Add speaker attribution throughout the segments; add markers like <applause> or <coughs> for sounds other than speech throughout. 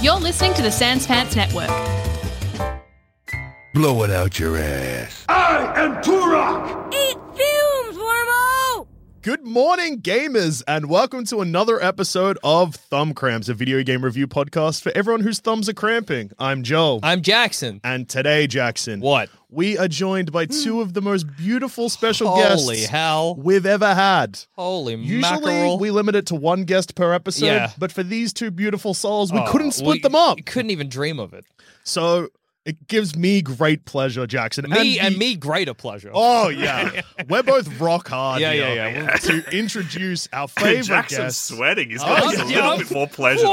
Speaker 1: You're listening to the Sans Pants Network.
Speaker 2: Blow it out your ass.
Speaker 3: I am Turok!
Speaker 4: Eat fumes, Wormo!
Speaker 5: Good morning, gamers, and welcome to another episode of Thumb Cramps, a video game review podcast for everyone whose thumbs are cramping. I'm Joel.
Speaker 6: I'm Jackson.
Speaker 5: and today, Jackson.
Speaker 6: What? Hmm.
Speaker 5: We are joined by two of the most beautiful special
Speaker 6: Holy
Speaker 5: guests
Speaker 6: hell.
Speaker 5: we've ever had.
Speaker 6: Holy
Speaker 5: Usually,
Speaker 6: mackerel.
Speaker 5: we limit it to one guest per episode,
Speaker 6: Yeah.
Speaker 5: but for these two beautiful souls, we
Speaker 6: Oh,
Speaker 5: couldn't split
Speaker 6: we-
Speaker 5: them up.
Speaker 6: we Couldn't even dream of it.
Speaker 5: So it gives me great pleasure, Jackson.
Speaker 6: Me and,
Speaker 5: the-
Speaker 6: me greater pleasure.
Speaker 3: <laughs>
Speaker 5: Oh
Speaker 6: <laughs>
Speaker 5: yeah, we're both rock hard.
Speaker 6: Yeah,
Speaker 5: here
Speaker 6: yeah, yeah. We're-
Speaker 5: To introduce
Speaker 6: <laughs>
Speaker 5: our favorite
Speaker 3: Jackson's
Speaker 5: guest,
Speaker 3: sweating. He's
Speaker 6: Oh,
Speaker 3: got
Speaker 6: yeah,
Speaker 3: a little
Speaker 6: I'm-
Speaker 3: bit more pleasure than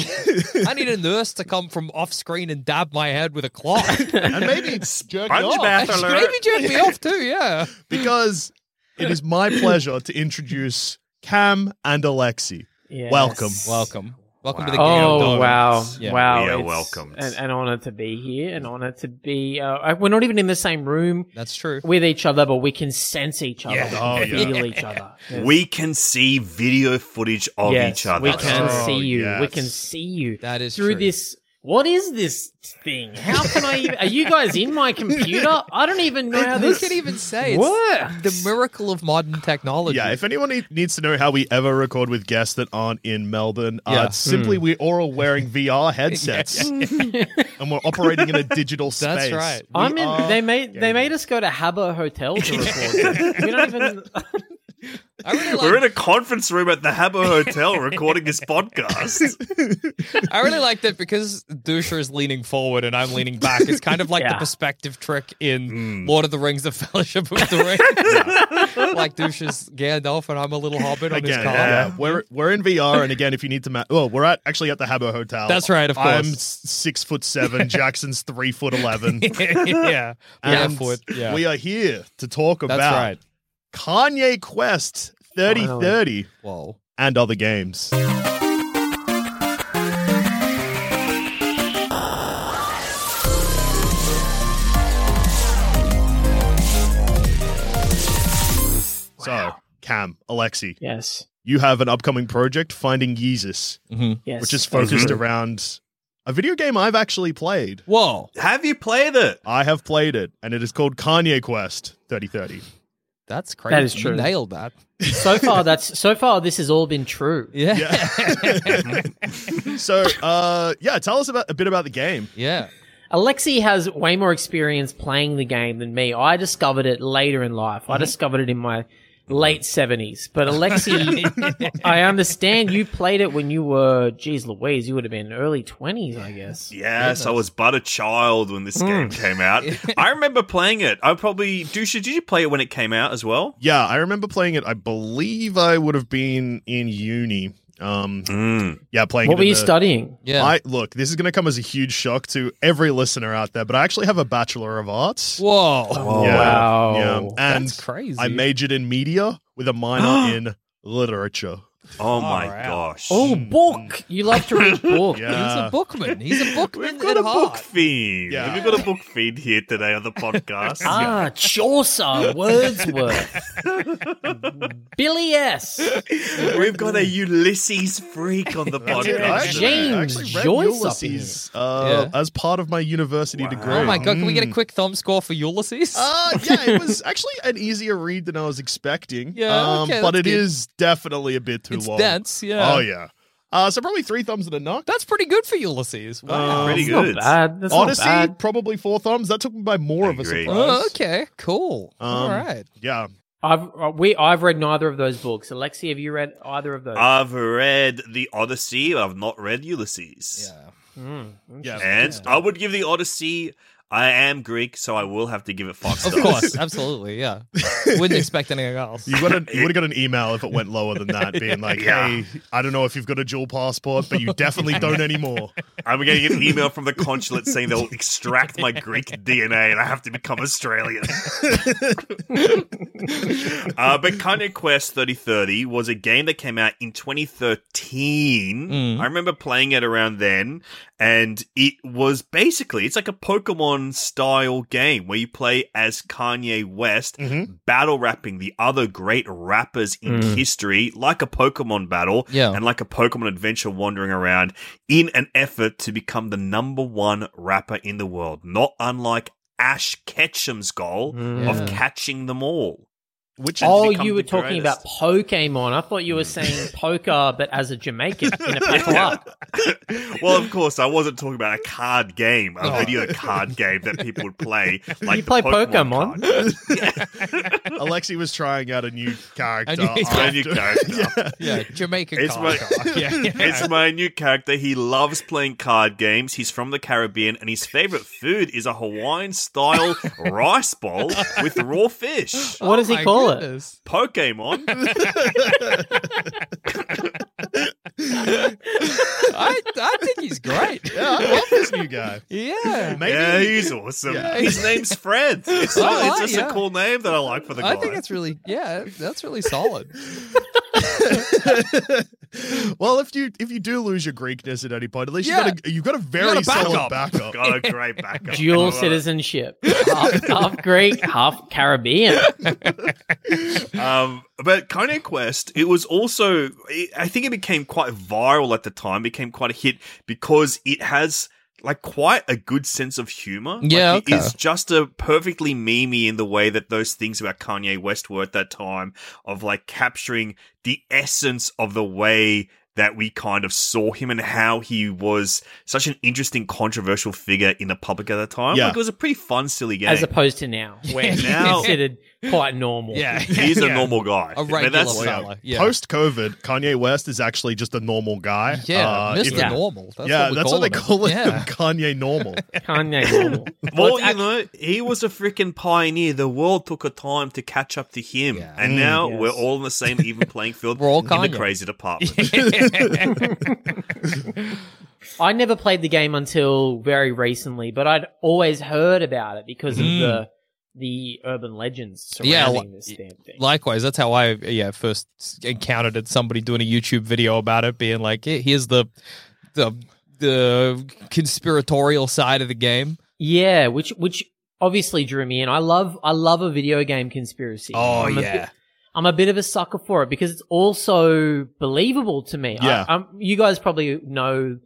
Speaker 3: you.
Speaker 5: <laughs>
Speaker 6: Whoa. I need a nurse to come from off screen and dab my head with
Speaker 5: <laughs>
Speaker 6: a cloth.
Speaker 5: and maybe jerk you
Speaker 3: Sponge
Speaker 5: off.
Speaker 3: bath
Speaker 6: Actually,
Speaker 3: alert.
Speaker 6: Maybe
Speaker 5: <laughs>
Speaker 6: jerk me off too, yeah.
Speaker 5: because it is my pleasure to introduce Cam and Alexi. Welcome.
Speaker 6: Welcome. Welcome to the game. of
Speaker 7: Oh wow!
Speaker 6: donuts. Yeah.
Speaker 7: Wow,
Speaker 3: We are
Speaker 7: it's
Speaker 3: welcomed.
Speaker 7: An, an honor to be here. An honor to be. Uh, I- we're not even in the same room
Speaker 6: That's true.
Speaker 7: with each other, but we can sense each other.
Speaker 3: Yeah.
Speaker 7: We
Speaker 5: Oh,
Speaker 7: can
Speaker 5: yeah.
Speaker 7: feel each other. Yes.
Speaker 3: <laughs> We can see video footage of
Speaker 7: Yes,
Speaker 3: each other.
Speaker 7: We can
Speaker 5: Oh,
Speaker 7: see you. We
Speaker 5: yes.
Speaker 7: can see you.
Speaker 6: That is
Speaker 7: through
Speaker 6: true.
Speaker 7: this. What is this thing? How can I? Even, are you guys in my
Speaker 3: <laughs>
Speaker 7: computer? I don't even know how
Speaker 6: Who
Speaker 7: this.
Speaker 6: can even say it's
Speaker 7: works.
Speaker 6: the miracle of modern
Speaker 5: <laughs>
Speaker 6: technology?
Speaker 5: Yeah, if anyone need- needs to know how we ever record with guests that aren't in Melbourne,
Speaker 6: Yeah. Mm.
Speaker 5: uh, it's simply we're all wearing VR
Speaker 6: <laughs>
Speaker 5: headsets <laughs> and we're operating in a digital space.
Speaker 6: That's right.
Speaker 5: We
Speaker 7: I'm in.
Speaker 5: are-
Speaker 7: They made. They made us go to Habba Hotel to record.
Speaker 3: <laughs>
Speaker 7: this. We don't even.
Speaker 6: I really like
Speaker 3: We're in a conference room at the Habbo Hotel recording this podcast.
Speaker 6: I really like that because Dusha is leaning forward and I'm leaning back. It's kind of like the
Speaker 7: <laughs> Yeah.
Speaker 6: perspective trick in
Speaker 5: Mm.
Speaker 6: Lord of the Rings, The Fellowship of the
Speaker 5: <laughs>
Speaker 6: Ring.
Speaker 3: <laughs>
Speaker 6: like Dusha's Gandalf and I'm a little hobbit on his
Speaker 5: Again,
Speaker 6: car.
Speaker 5: yeah, we're we're in VR, and again, if you need to, ma- well, we're at actually at the Habbo Hotel.
Speaker 6: That's right, of
Speaker 5: I'm
Speaker 6: course.
Speaker 5: s- six foot seven. Jackson's three foot eleven.
Speaker 6: <laughs>
Speaker 5: <laughs>
Speaker 6: yeah.
Speaker 5: And
Speaker 6: Barefoot, yeah.
Speaker 5: we are here to talk
Speaker 6: That's
Speaker 5: about
Speaker 6: right.
Speaker 5: Kanye Quest 3030
Speaker 6: Whoa.
Speaker 5: and other games. So, Cam, Alexi,
Speaker 7: <laughs> Yes.
Speaker 5: you have an upcoming project, Finding Yeezus,
Speaker 6: Mm-hmm.
Speaker 7: Yes.
Speaker 5: which is
Speaker 7: <laughs>
Speaker 5: focused
Speaker 3: Mhm.
Speaker 5: around a video game I've actually played.
Speaker 6: Whoa.
Speaker 3: Have you played it?
Speaker 5: I have played it, and it is called Kanye Quest 3030.
Speaker 6: That's crazy.
Speaker 7: That is true.
Speaker 6: You nailed that.
Speaker 7: so far that's so far this has all been true
Speaker 6: Yeah. Yeah. <laughs>
Speaker 5: Yeah. so, uh, yeah, tell us about a bit about the game.
Speaker 7: alexi has way more experience playing the game than me i discovered it later in life
Speaker 5: Mm-hmm.
Speaker 7: i discovered it in my late 70s
Speaker 5: <laughs>
Speaker 7: but alexi i understand you played it when you were geez louise you would have been early 20s i guess
Speaker 3: Yes, I was but a child when this game came out. I remember playing it. I probably Dusha, did you play it when it came out as well?
Speaker 5: Yeah, I remember playing it. I believe I would have been in uni. Um,
Speaker 3: Mm.
Speaker 5: yeah, playing.
Speaker 7: what
Speaker 5: it
Speaker 7: were
Speaker 5: in
Speaker 7: you
Speaker 5: the-
Speaker 7: studying
Speaker 6: Yeah.
Speaker 5: I look. This is going to come as a huge shock to every listener out there, but I actually have a Bachelor of Arts.
Speaker 6: Whoa.
Speaker 5: Yeah,
Speaker 7: Oh, wow
Speaker 5: Yeah, and
Speaker 6: That's crazy.
Speaker 5: Oh, I majored in media with a minor
Speaker 6: <gasps>
Speaker 5: in literature.
Speaker 3: Oh my
Speaker 6: Far out.
Speaker 3: gosh.
Speaker 7: oh book you love to
Speaker 5: <laughs>
Speaker 7: read book
Speaker 6: Oh, He's
Speaker 5: Yeah.
Speaker 6: a bookman.
Speaker 5: <laughs>
Speaker 6: He's a bookman
Speaker 3: We've got
Speaker 6: at
Speaker 3: a
Speaker 6: heart.
Speaker 3: book fiend.
Speaker 5: Yeah.
Speaker 3: We've got a book fiend here today on the podcast.
Speaker 7: ah chaucer
Speaker 5: <laughs>
Speaker 7: wordsworth billy s
Speaker 3: <laughs> We've got a Ulysses
Speaker 5: <laughs>
Speaker 3: freak on the
Speaker 5: Yeah, I
Speaker 3: podcast.
Speaker 5: actually-
Speaker 7: James
Speaker 5: I actually read
Speaker 7: Joyce up here.
Speaker 5: Ulysses, uh, as part of my university degree.
Speaker 6: Oh my god, can we get a
Speaker 5: Mm.
Speaker 6: quick thumb score for Ulysses? <laughs>
Speaker 5: Uh, yeah, it was actually an easier read than I was expecting.
Speaker 6: Yeah,
Speaker 5: um,
Speaker 6: okay,
Speaker 5: but
Speaker 6: that's
Speaker 5: it
Speaker 6: good.
Speaker 5: is definitely a bit too
Speaker 6: it's
Speaker 5: long.
Speaker 6: dense, yeah.
Speaker 5: Oh yeah. Uh, so probably three thumbs and a knock. Uh,
Speaker 6: That's pretty good for Ulysses.
Speaker 5: Um,
Speaker 6: Wow.
Speaker 3: Pretty
Speaker 7: That's not
Speaker 3: good.
Speaker 7: bad. That's
Speaker 5: Odyssey,
Speaker 7: not bad.
Speaker 5: probably four thumbs. That took me by more
Speaker 3: I
Speaker 5: of a
Speaker 3: agree.
Speaker 5: surprise.
Speaker 6: Oh, okay, cool. All
Speaker 5: Um,
Speaker 6: right.
Speaker 5: Yeah.
Speaker 7: I've uh, we I've read neither of those books. Alexi, have you read either of
Speaker 6: Uh,
Speaker 7: those?
Speaker 3: I've read The Odyssey. I've not read Ulysses.
Speaker 6: Yeah.
Speaker 7: Mm.
Speaker 5: Yeah.
Speaker 3: And I would give The Odyssey. I am Greek, so I will have to give it five
Speaker 6: Of
Speaker 3: stars. <laughs>
Speaker 6: course, absolutely, yeah. Wouldn't expect anything else.
Speaker 5: You, got an, you would have got an email if it went lower than that, being like,
Speaker 3: Yeah.
Speaker 5: hey, I don't know if you've got a dual passport, but you definitely don't anymore.
Speaker 3: I'm going to get an email from the consulate saying they'll extract my Greek <laughs> DNA and I have to become
Speaker 6: <laughs>
Speaker 3: Australian. uh, but Kanye Quest 3030 was a game that came out in 2013.
Speaker 6: Mm.
Speaker 3: I remember playing it around then, and it was basically it's like a Pokemon style game where you play as Kanye West
Speaker 5: Mhm.
Speaker 3: battle rapping the other great rappers in
Speaker 6: Mm.
Speaker 3: history, like a Pokemon battle
Speaker 6: Yeah.
Speaker 3: and like a Pokemon adventure wandering around in an effort to become the number one rapper in the world, not unlike Ash Ketchum's goal
Speaker 6: Mm. Yeah.
Speaker 3: of catching them all. Which has
Speaker 7: Oh, <laughs>
Speaker 3: become
Speaker 7: you were
Speaker 3: the
Speaker 7: talking
Speaker 3: greatest.
Speaker 7: about Pokemon. I thought you were
Speaker 6: Hmm. <laughs>
Speaker 7: saying poker, but as a Jamaican in a patois.
Speaker 3: <laughs> well, of course, I wasn't talking about a card game, a
Speaker 6: Oh.
Speaker 3: video card game that people would play. Like
Speaker 7: You
Speaker 3: the
Speaker 7: play
Speaker 3: Pokemon.
Speaker 7: Pokemon?
Speaker 3: card.
Speaker 5: <laughs> <laughs> Alexi was trying out a new character.
Speaker 6: A new-
Speaker 3: My new character.
Speaker 5: <laughs>
Speaker 6: Yeah, Jamaican
Speaker 3: It's
Speaker 6: car
Speaker 3: my-
Speaker 6: car. Yeah, yeah.
Speaker 3: <laughs> It's my new character. He loves playing card games. He's from the Caribbean, and his favorite food is a Hawaiian style rice bowl with raw fish.
Speaker 7: What does he
Speaker 6: Oh My
Speaker 7: call it?
Speaker 6: goodness.
Speaker 3: Pokemon.
Speaker 6: I, I think he's great.
Speaker 5: yeah, I love this new guy.
Speaker 6: Yeah.
Speaker 5: Maybe
Speaker 3: Yeah, he's awesome.
Speaker 5: Yeah.
Speaker 3: His name's Fred. It's,
Speaker 6: I like-
Speaker 3: it's just
Speaker 6: yeah.
Speaker 3: a cool name that I like for the guy.
Speaker 6: I think that's really yeah, that's really solid.
Speaker 5: well, if you if you do lose your Greekness at any point, at least you've
Speaker 6: Yeah.
Speaker 5: got a, you've got a very
Speaker 6: got a
Speaker 5: solid
Speaker 6: backup.
Speaker 5: backup.
Speaker 3: <laughs> got a great backup.
Speaker 7: Dual
Speaker 3: Love it.
Speaker 6: <laughs>
Speaker 7: citizenship, half, half Greek, half Caribbean.
Speaker 3: Um, but Kanye Quest, it was also, it, I think it became quite viral at the time, became quite a hit because it has like quite a good sense of humor. Like,
Speaker 6: Yeah,
Speaker 3: it
Speaker 6: okay.
Speaker 3: is just a perfectly memey in the way that those things about Kanye West were at that time of like capturing the essence of the way that we kind of saw him and how he was such an interesting controversial figure in the public at the time.
Speaker 5: Yeah.
Speaker 3: Like it was a pretty fun, silly game.
Speaker 7: as opposed to now, where he's
Speaker 3: Now-
Speaker 7: considered quite normal.
Speaker 6: Yeah.
Speaker 3: He's a
Speaker 6: <laughs> Yeah.
Speaker 3: normal guy.
Speaker 6: A
Speaker 3: But
Speaker 6: regular
Speaker 3: that's-
Speaker 6: fella. Yeah.
Speaker 5: Post COVID, Kanye West is actually just a normal guy.
Speaker 6: yeah,
Speaker 5: Uh,
Speaker 6: Mr.
Speaker 5: if-
Speaker 7: Yeah.
Speaker 6: Normal. That's
Speaker 5: yeah,
Speaker 6: what we
Speaker 5: that's
Speaker 6: call
Speaker 5: what they
Speaker 6: him.
Speaker 5: call it.
Speaker 6: <laughs> Yeah.
Speaker 5: <laughs> Kanye normal.
Speaker 7: Kanye normal.
Speaker 3: Well,
Speaker 7: What's
Speaker 3: you
Speaker 7: act-
Speaker 3: know, he was a freaking pioneer. The world took a time to catch up to him,
Speaker 6: Yeah.
Speaker 3: and now
Speaker 7: Mm. yes.
Speaker 3: we're all on the same
Speaker 7: <laughs>
Speaker 3: even playing field.
Speaker 6: We're all
Speaker 3: in
Speaker 6: Kanye.
Speaker 3: the crazy department.
Speaker 7: I never played the game until very recently, but I'd always heard about it because
Speaker 6: Mm.
Speaker 7: of the the urban legends
Speaker 6: Yeah,
Speaker 7: surrounding
Speaker 6: li-
Speaker 7: this damn thing.
Speaker 6: Likewise, that's how I yeah first encountered it. Somebody doing a YouTube video about it, being like, "Here- "Here's the the the conspiratorial side of the game."
Speaker 7: yeah, which which obviously drew me in. I love I love a video game conspiracy.
Speaker 5: Oh,
Speaker 6: Oh,
Speaker 7: I'm a bit- I'm a bit of a sucker for it because it's also believable to me. I-
Speaker 5: Yeah.
Speaker 7: I'm- you guys probably know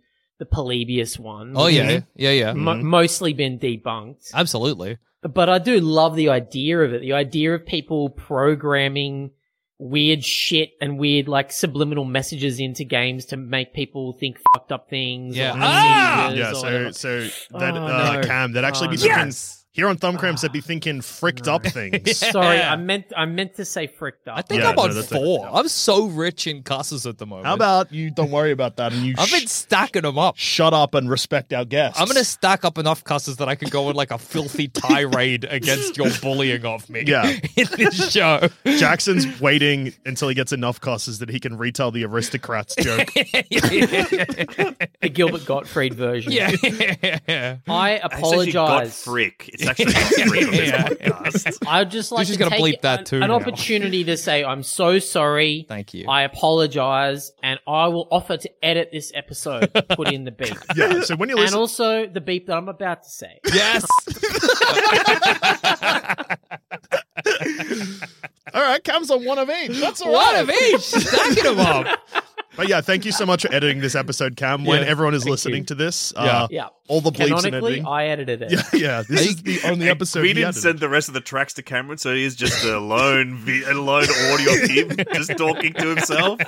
Speaker 7: the Polybius one.
Speaker 6: oh
Speaker 5: Mm-hmm.
Speaker 6: yeah, Mm-hmm. yeah, yeah,
Speaker 7: Mo- mostly been debunked.
Speaker 6: absolutely.
Speaker 7: but I do love the idea of it. The idea of people programming weird shit and weird like subliminal messages into games to make people think fucked up things.
Speaker 6: Yeah.
Speaker 7: Or
Speaker 6: Ah!
Speaker 7: diseases
Speaker 5: yeah,
Speaker 7: or
Speaker 5: so
Speaker 7: whatever.
Speaker 5: so that
Speaker 7: Oh,
Speaker 5: uh,
Speaker 7: no.
Speaker 5: Cam, that actually
Speaker 7: Oh,
Speaker 5: be
Speaker 7: no.
Speaker 5: thinking
Speaker 6: Yes. Ah,
Speaker 5: here on Thumbcramps, they'd be thinking fricked up <laughs>
Speaker 6: <laughs>
Speaker 5: things.
Speaker 7: Sorry, I meant I meant to say fricked up.
Speaker 6: I think
Speaker 5: Yeah,
Speaker 6: I'm on
Speaker 5: no, that's a-
Speaker 6: four. I'm so rich in cusses at the moment.
Speaker 5: How about you? Don't worry about that, and you
Speaker 6: I've been
Speaker 5: sh-
Speaker 6: stacking them up.
Speaker 5: shut up and respect our guests.
Speaker 6: I'm gonna stack up enough cusses that I can go on like
Speaker 5: <laughs>
Speaker 6: a filthy tirade against your bullying of me.
Speaker 5: Yeah.
Speaker 6: <laughs> in this show.
Speaker 5: <laughs>
Speaker 6: <laughs>
Speaker 5: Jackson's waiting until he gets enough cusses that he can retell the aristocrats joke.
Speaker 7: the Gilbert <laughs> Gottfried
Speaker 5: <laughs>
Speaker 7: version.
Speaker 6: yeah,
Speaker 7: I
Speaker 3: It's actually
Speaker 7: apologize.
Speaker 3: Frick. It's
Speaker 7: <laughs>
Speaker 3: actually got Frick on this podcast.
Speaker 7: I would just like
Speaker 6: She's
Speaker 7: to
Speaker 6: gonna
Speaker 7: take
Speaker 6: bleep that
Speaker 7: an,
Speaker 6: too
Speaker 7: an
Speaker 6: now.
Speaker 7: opportunity to say I'm so sorry.
Speaker 6: Thank you.
Speaker 7: I apologize, and I will offer to edit this episode. to Put in the beep,
Speaker 5: <laughs> yeah. So when you
Speaker 7: and
Speaker 5: listen,
Speaker 7: also the beep that I'm about to say.
Speaker 5: <laughs>
Speaker 6: yes.
Speaker 5: all right, Cam's on one of each. That's all
Speaker 6: One
Speaker 5: right.
Speaker 6: of each. Stacking them up.
Speaker 5: But yeah, thank you so much for editing this episode, Cam. When
Speaker 6: Yeah,
Speaker 5: everyone is
Speaker 6: thank
Speaker 5: listening
Speaker 6: you.
Speaker 5: to this,
Speaker 6: Yeah.
Speaker 5: uh,
Speaker 7: Yeah.
Speaker 5: all the bleeps and
Speaker 7: Canonically,
Speaker 5: editing.
Speaker 7: I edited it.
Speaker 5: yeah, yeah, this is the only
Speaker 3: And
Speaker 5: episode
Speaker 3: we
Speaker 5: he
Speaker 3: didn't
Speaker 5: edited.
Speaker 3: send the rest of the tracks to Cameron, so he is just a lone, vi- a lone audio
Speaker 7: <laughs>
Speaker 3: of him just talking to himself.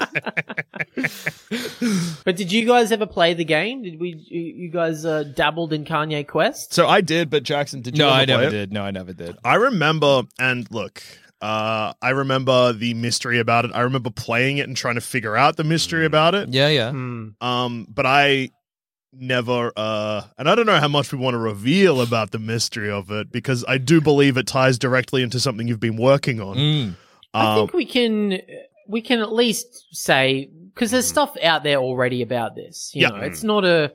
Speaker 7: But did you guys ever play the game? Did we? You you guys uh, dabbled in Kanye Quest?
Speaker 5: So I did, but Jackson, did you?
Speaker 6: no,
Speaker 5: ever
Speaker 6: I
Speaker 5: play
Speaker 6: never
Speaker 5: it?
Speaker 6: did. No, I never did.
Speaker 5: I remember, and look, uh, I remember the mystery about it. I remember playing it and trying to figure out the mystery about it.
Speaker 6: Yeah, yeah.
Speaker 7: Hmm.
Speaker 5: Um, but I never, uh, and I don't know how much we want to reveal about the mystery of it because I do believe it ties directly into something you've been working on.
Speaker 6: Mm.
Speaker 7: I
Speaker 5: Um,
Speaker 7: think we can we can at least say because there's stuff out there already about this. You
Speaker 5: Hmm. Yeah.
Speaker 7: know, it's not a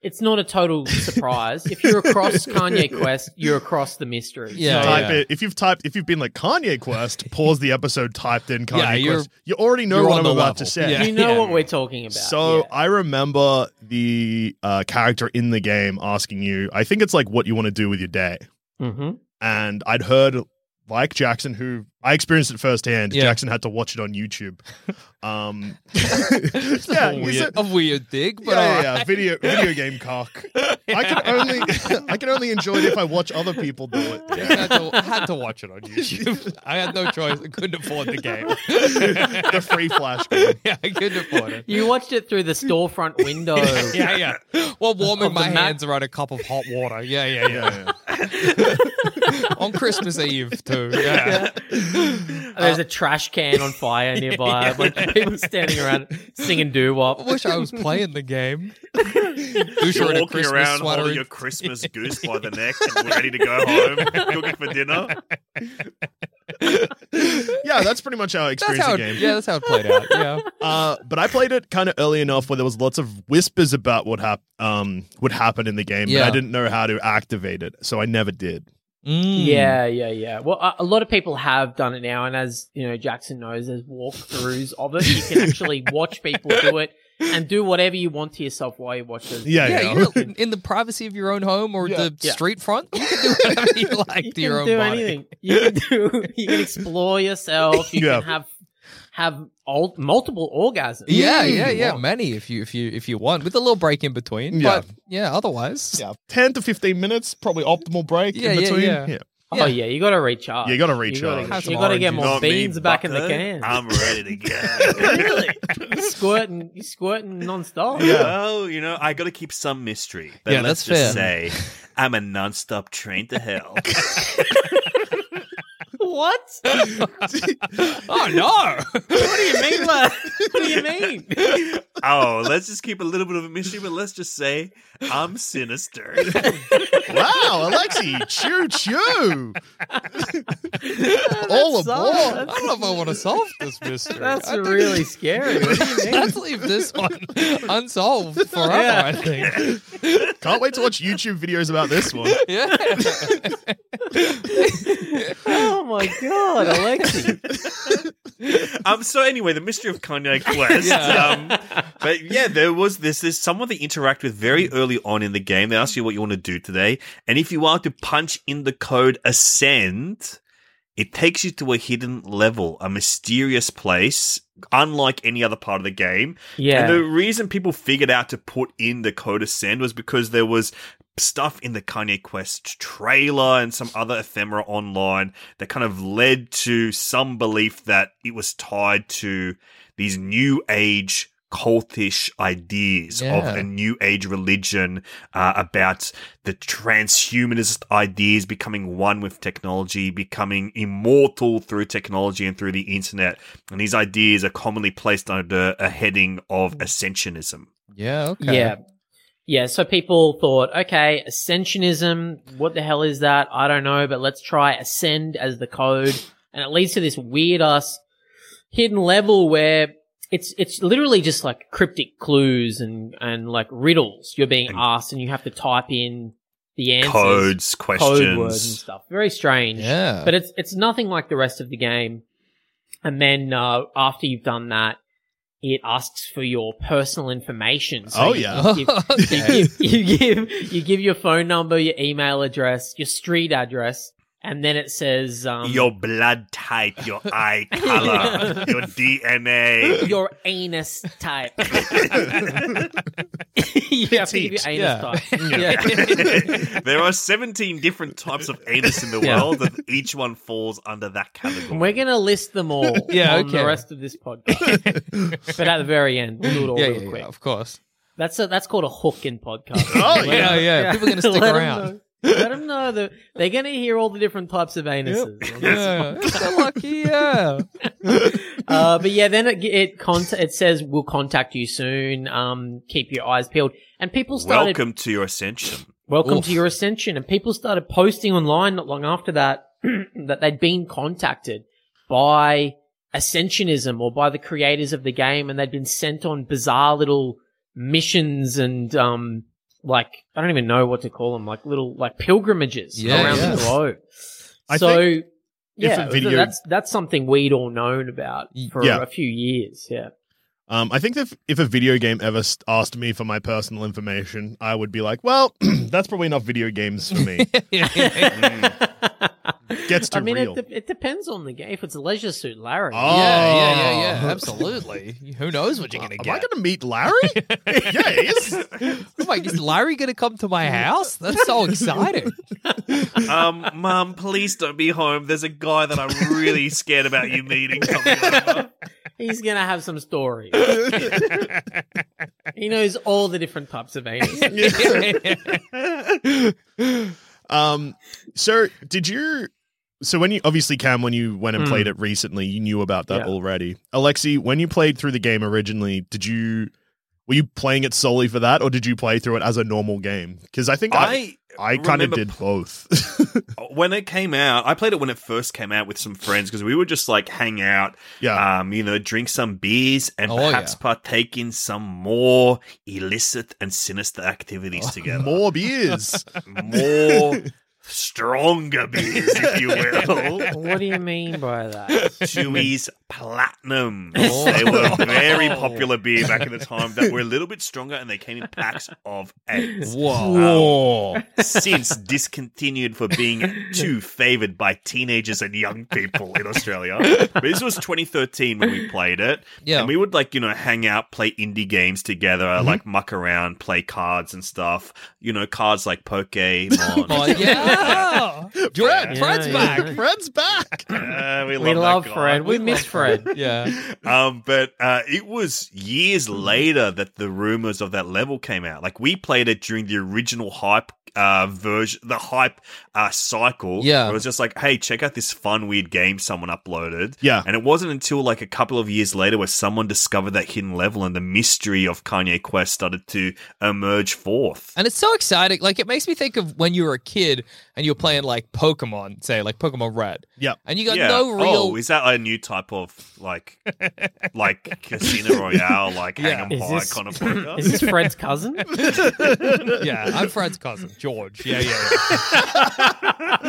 Speaker 7: it's not
Speaker 5: <laughs>
Speaker 7: a total surprise. if you're across Kanye Quest, you're across the mystery.
Speaker 6: Yeah,
Speaker 7: So,
Speaker 5: type
Speaker 6: yeah.
Speaker 5: it if you've typed if you've been like Kanye Quest, pause the episode, typed in Kanye
Speaker 6: Yeah, you're-
Speaker 5: Quest. You already know
Speaker 6: you're
Speaker 5: what
Speaker 6: on
Speaker 5: I'm
Speaker 6: the
Speaker 5: about
Speaker 6: level.
Speaker 5: to say.
Speaker 6: Yeah.
Speaker 7: You know
Speaker 6: Yeah.
Speaker 7: what we're talking about.
Speaker 5: So
Speaker 7: yeah.
Speaker 5: I remember the uh, character in the game asking you, I think it's like what you want to do with your day.
Speaker 7: Mhm.
Speaker 5: And I'd heard, like Jackson, who I experienced it firsthand,
Speaker 6: Yeah.
Speaker 5: Jackson had to watch it on
Speaker 6: <laughs>
Speaker 5: YouTube. Um, yeah,
Speaker 6: a,
Speaker 5: he's
Speaker 6: weird,
Speaker 5: a-
Speaker 6: a weird dig, but
Speaker 5: yeah, yeah,
Speaker 6: alright.
Speaker 5: yeah,
Speaker 6: <laughs>
Speaker 5: video video game cock. I can only <laughs> I can only enjoy it if I watch other people do it.
Speaker 6: I had, to, I had to watch it on YouTube. I had no choice. I couldn't afford the
Speaker 5: <laughs>
Speaker 6: game.
Speaker 5: the free flash game.
Speaker 6: yeah, I couldn't
Speaker 7: <laughs>
Speaker 6: afford it.
Speaker 7: You watched it through the storefront
Speaker 5: <laughs>
Speaker 7: window.
Speaker 6: Yeah, yeah. While warming
Speaker 7: Of the
Speaker 6: my
Speaker 7: ma-
Speaker 6: hands around a cup of hot water. Yeah, yeah, yeah.
Speaker 5: Yeah,
Speaker 6: on Christmas Eve too. Yeah.
Speaker 7: <laughs> There's a trash can
Speaker 5: <laughs>
Speaker 7: on fire nearby. Like people standing around singing doo wop.
Speaker 6: I wish
Speaker 5: <laughs>
Speaker 6: I was playing the game. Douche
Speaker 3: You're
Speaker 6: in a
Speaker 3: walking
Speaker 6: Christmas
Speaker 3: around
Speaker 6: sweater.
Speaker 3: holding your Christmas goose by the neck, and ready to go home, cooking for dinner.
Speaker 5: yeah. yeah, that's pretty much how I
Speaker 6: that's
Speaker 5: experienced
Speaker 6: how.
Speaker 5: the game.
Speaker 6: It, yeah, that's how it played out. Yeah.
Speaker 5: Uh, but I played it kind of early enough where there was lots of whispers about what hap- um would happen in the game, but
Speaker 6: Yeah.
Speaker 5: I didn't know how to activate it, so I never did.
Speaker 6: Mm.
Speaker 7: Yeah, yeah, yeah. Well, a, a lot of people have done it now, and as you know, Jackson knows, there's walkthroughs of it. You can
Speaker 6: <laughs>
Speaker 7: actually watch people do it and do whatever you want to yourself while you watch it.
Speaker 5: Yeah,
Speaker 6: Yeah,
Speaker 5: yeah.
Speaker 6: you're in the privacy of your own home or the
Speaker 7: Yeah.
Speaker 6: street front. You can do whatever
Speaker 7: <laughs>
Speaker 6: you like
Speaker 7: you
Speaker 6: to your
Speaker 7: can
Speaker 6: own
Speaker 7: do
Speaker 6: body.
Speaker 7: anything. You can do. You can explore yourself. You
Speaker 5: Yeah.
Speaker 7: can have have all, multiple orgasms.
Speaker 6: Yeah,
Speaker 7: if
Speaker 6: yeah,
Speaker 7: you
Speaker 6: yeah.
Speaker 7: want.
Speaker 6: Many if you if you if you want, with a little break in between.
Speaker 5: Yeah.
Speaker 6: But yeah, otherwise.
Speaker 5: <laughs> Yeah, ten to fifteen minutes, probably optimal break
Speaker 6: Yeah,
Speaker 5: in
Speaker 6: yeah,
Speaker 5: between.
Speaker 6: yeah.
Speaker 7: Oh yeah, you got to recharge.
Speaker 5: Yeah, you gotta
Speaker 7: You
Speaker 5: recharge.
Speaker 7: gotta, you gotta get
Speaker 6: Have
Speaker 7: more
Speaker 6: some
Speaker 3: Not me,
Speaker 7: beans back in the
Speaker 3: bucko.
Speaker 7: can.
Speaker 6: Um,
Speaker 3: I'm ready to go.
Speaker 7: <laughs> really? You squirting, you squirting nonstop.
Speaker 3: <laughs> Well, Oh, you know, I got to keep some mystery. But
Speaker 6: Yeah,
Speaker 3: let's
Speaker 6: that's
Speaker 3: just say I'm a non-stop train to
Speaker 6: <laughs>
Speaker 3: hell.
Speaker 7: <laughs> What?
Speaker 6: <laughs> Oh
Speaker 7: <laughs>
Speaker 6: no!
Speaker 7: What do you mean? by- what do you mean?
Speaker 3: oh, let's just keep a little bit of a mystery, but let's just say I'm sinister.
Speaker 6: <laughs>
Speaker 5: Wow, Alexi, choo choo. All
Speaker 7: That's solid.
Speaker 5: aboard.
Speaker 6: I don't know if I want to solve this
Speaker 7: <laughs>
Speaker 6: mystery.
Speaker 7: That's
Speaker 6: I think-
Speaker 7: really
Speaker 3: <laughs>
Speaker 7: scary. What do you mean?
Speaker 6: Let's leave this
Speaker 7: <laughs>
Speaker 6: one unsolved forever.
Speaker 7: Yeah.
Speaker 6: I
Speaker 7: <laughs>
Speaker 6: think.
Speaker 5: Can't wait to watch YouTube videos about this
Speaker 6: <laughs>
Speaker 5: one.
Speaker 6: Yeah.
Speaker 7: Oh my god,
Speaker 3: <laughs>
Speaker 7: Alexi!
Speaker 3: um, so anyway, the mystery of Kanye Quest.
Speaker 6: <laughs>
Speaker 3: Um, but yeah, there was this. There's someone they interact with very early on in the game. They ask you what you want to do today, and if you are to punch in the code ascend, it takes you to a hidden level, a mysterious place, unlike any other part of the game. And the
Speaker 7: Yeah,
Speaker 3: reason people figured out to put in the code ascend was because there was stuff in the Kanye Quest trailer and some other ephemera online that kind of led to some belief that it was tied to these new age cultish ideas
Speaker 6: Yeah.
Speaker 3: of a new age religion uh, about the transhumanist ideas becoming one with technology becoming immortal through technology and through the internet and these ideas are commonly placed under a heading of ascensionism
Speaker 6: Yeah. Okay.
Speaker 7: yeah, yeah. So people thought, okay, ascensionism. What the hell is that? I don't know, but let's try ascend as the code, and it leads to this weird ass hidden level where. It's it's literally just like cryptic clues and, and like riddles you're being
Speaker 3: And-
Speaker 7: asked and you have to type in the answers
Speaker 3: codes
Speaker 7: code words and
Speaker 3: questions
Speaker 7: stuff. Very strange.
Speaker 6: Yeah.
Speaker 7: But it's it's nothing like the rest of the game. And then uh, after you've done that, it asks for your personal information.
Speaker 5: Oh,
Speaker 7: you-
Speaker 5: yeah.
Speaker 7: you give-
Speaker 6: <laughs>
Speaker 7: you give, you give you give your phone number, your email address, your street address, and then it says um,
Speaker 3: your blood type, your
Speaker 7: <laughs>
Speaker 3: eye color, your DNA.
Speaker 7: <coughs> your anus
Speaker 6: <laughs>
Speaker 7: type. you have to give your anus
Speaker 6: Yeah.
Speaker 7: <laughs> type.
Speaker 3: <laughs> there are 17 different types of anus in the
Speaker 6: Yeah.
Speaker 3: world, and each one falls under that category.
Speaker 7: And we're gonna list them all
Speaker 6: <laughs> Yeah,
Speaker 7: on
Speaker 6: okay.
Speaker 7: the rest of this podcast,
Speaker 6: <laughs>
Speaker 7: but at the very end, we'll do it all
Speaker 6: yeah,
Speaker 7: real
Speaker 6: yeah,
Speaker 7: quick.
Speaker 6: yeah, of course.
Speaker 7: That's a, that's called a hook in podcast.
Speaker 5: <laughs>
Speaker 6: <laughs>
Speaker 5: Oh,
Speaker 6: Yeah, yeah. People
Speaker 7: <laughs>
Speaker 6: are going to stick
Speaker 7: Let 'em
Speaker 6: around.
Speaker 7: know. Let them know that they're gonna hear all the different types of anuses. <laughs>
Speaker 6: <laughs> Yeah. so lucky, yeah.
Speaker 7: uh, but yeah, then it it, con- it says we'll contact you soon. Um, keep your eyes peeled. And people started
Speaker 3: Welcome to your ascension.
Speaker 7: Welcome to
Speaker 6: Oof.
Speaker 7: your ascension. And people started posting online not long after that <clears throat> that they'd been contacted by ascensionism or by the creators of the game and they'd been sent on bizarre little missions and um like I don't even know what to call them, like little like pilgrimages
Speaker 6: Yeah,
Speaker 7: around
Speaker 6: yeah.
Speaker 7: the globe.
Speaker 5: I
Speaker 7: so
Speaker 5: think
Speaker 7: yeah,
Speaker 5: a video-
Speaker 7: that's that's something we'd all known about
Speaker 6: Y-
Speaker 7: for
Speaker 5: yeah.
Speaker 7: a few years.
Speaker 6: <laughs>
Speaker 7: Yeah,
Speaker 5: Um, I think that if, if a video game ever s- asked me for my personal information, I would be like, "Well, <clears throat> that's probably not video games for me."
Speaker 7: <laughs>
Speaker 6: <laughs>
Speaker 5: Gets too
Speaker 7: I mean,
Speaker 5: real.
Speaker 7: It, de- it depends on the game. If it's a leisure suit, Larry,
Speaker 5: Oh.
Speaker 6: Yeah, yeah, yeah, yeah. Absolutely. Who knows what you're going to
Speaker 5: <laughs> Am
Speaker 6: get?
Speaker 5: I going to meet Larry? <laughs> yeah, he <laughs> is.
Speaker 6: I'm like, is Larry going to come to my house? That's so exciting.
Speaker 3: Um, Mum, please don't be home. There's a guy that I'm really scared about you meeting. coming
Speaker 7: <laughs>
Speaker 3: over.
Speaker 7: He's gonna have some stories. he knows all the different types of anus.
Speaker 5: <laughs> Um, so did you? So when you obviously Cam, when you went and
Speaker 7: Hmm.
Speaker 5: played it recently, you knew about that
Speaker 7: Yeah.
Speaker 5: already. Alexi, when you played through the game originally, did you? Were you playing it solely for that, or did you play through it as a normal game? Because I think I
Speaker 3: I
Speaker 5: I kind of
Speaker 3: remember
Speaker 5: did both. <laughs>
Speaker 3: when it came out, I played it when it first came out with some friends because we would just like hang out,
Speaker 5: yeah,
Speaker 3: um, you know, drink some beers and
Speaker 6: Oh,
Speaker 3: perhaps
Speaker 6: yeah.
Speaker 3: partake in some more illicit and sinister activities together.
Speaker 5: more beers.
Speaker 6: <laughs>
Speaker 3: more stronger beers, if you will.
Speaker 7: What do you mean by that?
Speaker 3: Chewy's Platinum.
Speaker 6: Oh.
Speaker 3: They were a very popular beer back in the time that were a little bit stronger and they came in packs of eight. Um,
Speaker 6: Whoa.
Speaker 3: Since discontinued for being too favoured by teenagers and young people in Australia. But this was 2013 when we played it.
Speaker 6: Yeah. Mm-hmm.
Speaker 3: And we would like, you know, hang out, play indie games together, like muck around, play cards and stuff. You know, cards like Pokemon.
Speaker 6: <laughs> Oh, yeah. Fred,
Speaker 7: Yeah,
Speaker 6: Fred's
Speaker 7: yeah.
Speaker 6: back.
Speaker 5: Fred's back.
Speaker 3: Uh, <laughs> we love,
Speaker 7: We
Speaker 3: that
Speaker 7: love
Speaker 3: guy.
Speaker 7: Fred. We miss Fred.
Speaker 6: Yeah.
Speaker 3: <laughs> um, but uh, it was years
Speaker 7: Mm-hmm.
Speaker 3: later that the rumors of that level came out. Like we played it during the original hype uh, version, the hype uh, cycle.
Speaker 6: Yeah.
Speaker 3: it was just like, hey, check out this fun, weird game someone uploaded.
Speaker 5: Yeah.
Speaker 3: and it wasn't until like a couple of years later where someone discovered that hidden level and the mystery of Kanye Quest started to emerge forth.
Speaker 6: And it's so exciting. Like, it makes me think of when you were a kid and you were playing, like, Pokemon, say, like Pokemon Red.
Speaker 5: Yep.
Speaker 6: And you got
Speaker 3: yeah.
Speaker 6: no
Speaker 3: Oh,
Speaker 6: real.
Speaker 3: is that a new type of like,
Speaker 6: <laughs>
Speaker 3: like Casino Royale, like
Speaker 6: Yeah.
Speaker 3: hang 'em
Speaker 7: Is
Speaker 3: high
Speaker 7: this-
Speaker 3: kind of poker?
Speaker 7: <laughs> Is this Fred's cousin?
Speaker 3: <laughs>
Speaker 6: yeah, I'm Fred's cousin, George. Yeah, yeah, yeah. <laughs>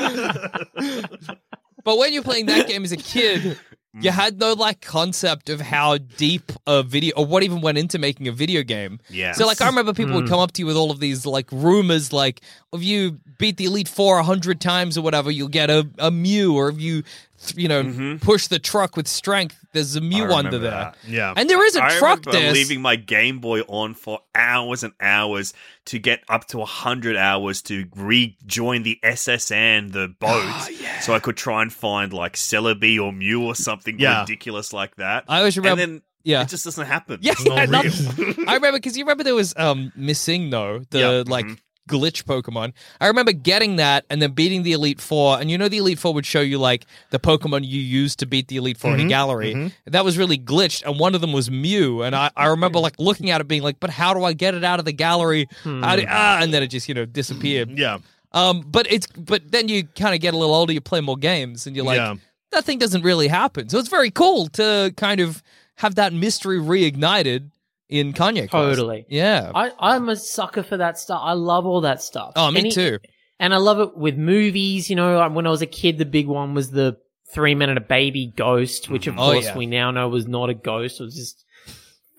Speaker 6: but when you're playing that game as a kid, you had no like concept of how deep a video or what even went into making a video game.
Speaker 3: Yes.
Speaker 6: So like I remember people would come up to you with all of these like rumors like if you beat the Elite Four a hundred times or whatever, you'll get a, a Mew, or if you th- you know push the truck with strength, there's a Mew under
Speaker 3: remember
Speaker 6: there.
Speaker 3: that.
Speaker 5: Yeah.
Speaker 6: And there is a
Speaker 3: I
Speaker 6: truck
Speaker 3: remember
Speaker 6: disc.
Speaker 3: leaving my Game Boy on for hours and hours to get up to 100 hours to rejoin the SSN, the
Speaker 6: Ah,
Speaker 3: boat, so I could try and find like Celebi or Mew or something
Speaker 5: Yeah.
Speaker 3: ridiculous like that.
Speaker 6: I always remember-
Speaker 3: And then
Speaker 6: yeah.
Speaker 3: it just doesn't happen.
Speaker 6: Yeah,
Speaker 3: It's
Speaker 6: yeah,
Speaker 3: not
Speaker 6: not-
Speaker 3: real.
Speaker 6: I remember because you remember there was um missing though the
Speaker 5: Yeah,
Speaker 6: like glitch Pokemon. I remember getting that and then beating the Elite Four, and you know the Elite Four would show you like the Pokemon you used to beat the Elite 4 in a gallery. That was really glitched, and one of them was Mew, and I, I remember like looking at it being like, but how do I get it out of the gallery? How do- ah, and then it just you know disappeared.
Speaker 5: Yeah.
Speaker 6: Um, but it's but then you kind of get a little older, you play more games, and you're like,
Speaker 5: Yeah.
Speaker 6: that thing doesn't really happen. So it's very cool to kind of have that mystery reignited in Kanye. Quest.
Speaker 7: Totally.
Speaker 6: Yeah.
Speaker 7: I, I'm a sucker for that stuff. I love all that stuff.
Speaker 6: oh, me
Speaker 7: Any-
Speaker 6: too.
Speaker 7: And I love it with movies. You know, like when I was a kid, the big one was the three men and a baby ghost, which of
Speaker 6: Oh,
Speaker 7: course
Speaker 6: yeah.
Speaker 7: we now know was not a ghost. It was just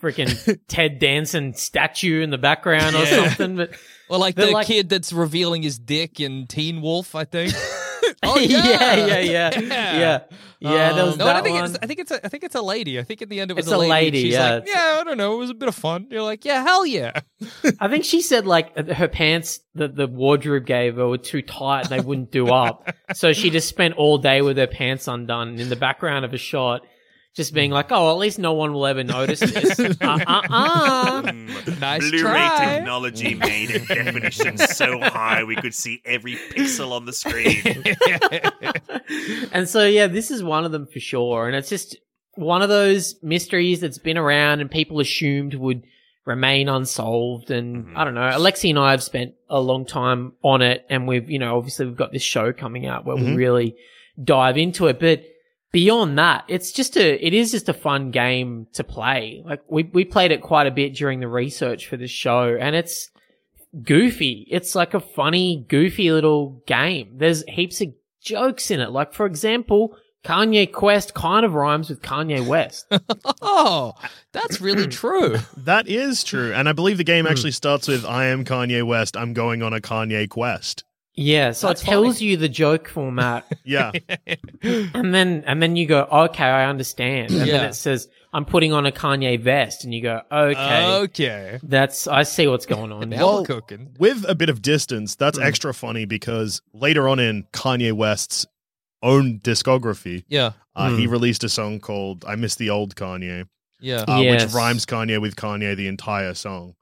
Speaker 7: freaking
Speaker 6: <laughs>
Speaker 7: Ted Danson statue in the background or something. But
Speaker 6: Or like
Speaker 7: They're
Speaker 6: the
Speaker 7: like- <laughs>
Speaker 6: kid that's revealing his dick in Teen Wolf, I think. Oh yeah, Um,
Speaker 7: yeah, yeah, yeah, yeah, yeah. There was
Speaker 6: no,
Speaker 7: that
Speaker 6: and I think
Speaker 7: one.
Speaker 6: it's I think it's a I think it's a lady. I think at the end it was
Speaker 7: It's
Speaker 6: a
Speaker 7: a
Speaker 6: lady. and
Speaker 7: lady,
Speaker 6: She's
Speaker 7: yeah.
Speaker 6: like, yeah, I don't know. It was a bit of fun. You're like, yeah, hell
Speaker 7: <laughs>
Speaker 6: yeah. <laughs>
Speaker 7: I think she said like uh, her pants that the wardrobe gave her were too tight and they wouldn't do up. So she just spent all day with her pants undone and in the background of a shot, just being like, "Oh, at least no one will ever notice this." uh, uh, uh.
Speaker 6: Nice
Speaker 3: Hmm. Blu-ray
Speaker 6: try.
Speaker 3: technology made a definition so high we could see every pixel on
Speaker 6: <laughs>
Speaker 3: the screen.
Speaker 7: And so yeah, this is one of them for sure. And it's just one of those mysteries that's been around and people assumed would remain unsolved. And I don't know. Alexi and I have spent a long time on it, and we've you know obviously we've got this show coming out where we really dive into it, but. Beyond that, it's just a, it is just a fun game to play. Like we, we played it quite a bit during the research for this show and it's, goofy. It's like a funny, goofy little game. There's heaps of jokes in it. Like, for example, Kanye Quest kind of rhymes with Kanye West.
Speaker 6: Oh,
Speaker 7: <clears throat>
Speaker 6: that's really true.
Speaker 5: That is true. And I believe the game actually starts with I am Kanye West. I'm going on a Kanye quest.
Speaker 7: yeah, so
Speaker 6: That's
Speaker 7: it tells you the joke format,
Speaker 5: Yeah.
Speaker 7: and then and then you go, okay, I understand. And
Speaker 6: Yeah.
Speaker 7: then it says, I'm putting on a Kanye vest, and you go, okay,
Speaker 6: Oh, okay.
Speaker 7: that's I see what's going on.
Speaker 6: Now
Speaker 7: now.
Speaker 6: we're cooking.
Speaker 5: with a bit of distance, that's
Speaker 6: Hmm.
Speaker 5: extra funny because later on in Kanye West's own discography,
Speaker 6: Yeah.
Speaker 5: uh, he
Speaker 6: Hmm.
Speaker 5: released a song called I Miss the Old Kanye,
Speaker 6: Yeah.
Speaker 5: uh,
Speaker 7: Yes.
Speaker 5: which rhymes Kanye with Kanye the entire song.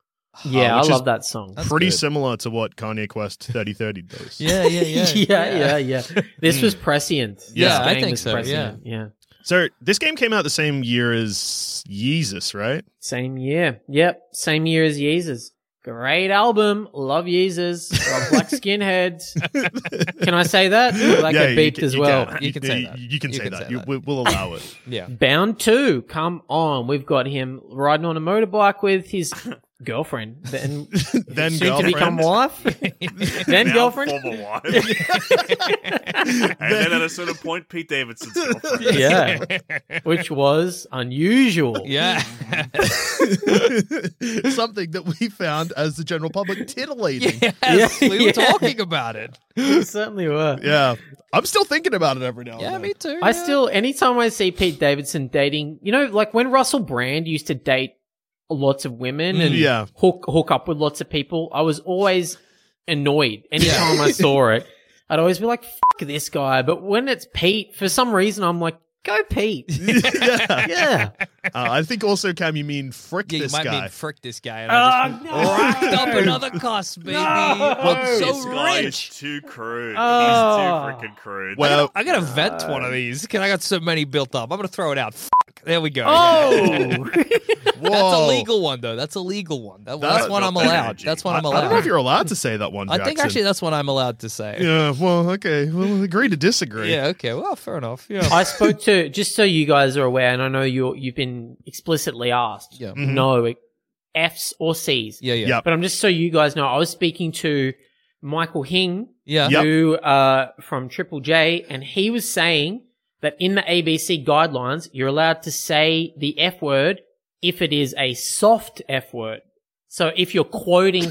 Speaker 7: yeah,
Speaker 5: which
Speaker 7: I
Speaker 5: is Oh,
Speaker 7: love that song.
Speaker 6: That's
Speaker 5: Pretty
Speaker 6: good.
Speaker 5: similar to what Kanye
Speaker 6: <laughs>
Speaker 5: Quest 3030 does.
Speaker 6: Yeah, yeah, yeah.
Speaker 7: <laughs> yeah, yeah, yeah. This was prescient.
Speaker 5: Yeah,
Speaker 7: This
Speaker 6: I
Speaker 7: game
Speaker 6: think
Speaker 7: was
Speaker 6: so, yeah.
Speaker 7: prescient. yeah.
Speaker 5: So this game came out the same year as Yeezus, right?
Speaker 7: Same year. Yep. Same year as Yeezus. Great album. Love Yeezus. Love black skinheads. <laughs> can I
Speaker 5: <laughs>
Speaker 7: say that? Like
Speaker 5: Yeah,
Speaker 7: a
Speaker 5: you
Speaker 7: beeped
Speaker 5: can-
Speaker 7: as well.
Speaker 6: You can say that.
Speaker 5: You can
Speaker 6: You
Speaker 5: say
Speaker 6: can
Speaker 5: that.
Speaker 6: say
Speaker 5: You-
Speaker 6: that.
Speaker 5: we- We'll allow it.
Speaker 7: <laughs>
Speaker 5: <laughs>
Speaker 6: Yeah.
Speaker 7: Bound 2. Come on. We've got him riding on a motorbike with his girlfriend. Then,
Speaker 5: Then
Speaker 7: soon to become
Speaker 5: girlfriend.
Speaker 7: wife.
Speaker 6: <laughs>
Speaker 7: <laughs> then
Speaker 3: Now
Speaker 7: girlfriend.
Speaker 3: former wife.
Speaker 5: <laughs>
Speaker 3: and
Speaker 6: <laughs>
Speaker 3: then at a certain point, Pete Davidson's girlfriend.
Speaker 7: <laughs> Yeah. Which was unusual.
Speaker 6: <laughs> Yeah.
Speaker 5: Something that we found as the general
Speaker 7: <laughs>
Speaker 5: public titillating.
Speaker 6: Yes, we were
Speaker 7: Yeah.
Speaker 6: talking about it.
Speaker 7: It certainly were.
Speaker 5: Yeah. I'm still thinking about it every now
Speaker 6: Yeah,
Speaker 5: <laughs> and then.
Speaker 6: me too.
Speaker 7: I
Speaker 6: yeah.
Speaker 7: still, anytime I see Pete Davidson dating, you know, like when Russell Brand used to date lots of women and
Speaker 5: Yeah.
Speaker 7: hook hook up with lots of people, I was always annoyed anytime I
Speaker 6: <laughs>
Speaker 7: saw it. I'd always be like, "Fuck this guy," but when it's Pete, for some reason, I'm like, "Go Pete!"
Speaker 6: <laughs>
Speaker 5: yeah.
Speaker 7: yeah,
Speaker 5: Uh, I think also, Cam, you mean frick
Speaker 6: Yeah, you
Speaker 5: this
Speaker 6: might
Speaker 5: guy.
Speaker 6: mean frick this guy. And
Speaker 7: Ah!
Speaker 6: I just racked up another cost, baby. I'm
Speaker 3: This
Speaker 6: so
Speaker 3: guy is
Speaker 6: rich.
Speaker 3: too crude.
Speaker 7: Oh.
Speaker 3: He's too freaking crude.
Speaker 5: well,
Speaker 6: I gotta vent one of these. Cause I got so many built up. I'm gonna throw it out. F- there we go.
Speaker 7: Oh,
Speaker 5: whoa.
Speaker 6: <laughs> That's a legal one though. That's a legal one. That- that's
Speaker 3: That-
Speaker 6: one I'm
Speaker 3: that's
Speaker 6: allowed.
Speaker 3: energy.
Speaker 6: That's one
Speaker 5: I,
Speaker 6: I'm
Speaker 5: I don't know
Speaker 6: allowed.
Speaker 5: if you're allowed to say that one.
Speaker 6: I think
Speaker 5: Jackson.
Speaker 6: actually that's one I'm allowed to say.
Speaker 5: Yeah. Well, okay. Well, agree to disagree.
Speaker 6: Yeah, okay. Well, fair enough. Yeah.
Speaker 7: <laughs> I spoke to just so you guys are aware, and I know you you've been explicitly asked,
Speaker 6: Yeah.
Speaker 7: no F's or C's.
Speaker 6: yeah, yeah.
Speaker 5: Yep.
Speaker 7: But I'm just so you guys know, I was speaking to Michael Hing,
Speaker 6: Yeah.
Speaker 5: Yep.
Speaker 7: who uh, from Triple J, and he was saying that in the ABC guidelines, you're allowed to say the F word if it is a soft F word. So if you're quoting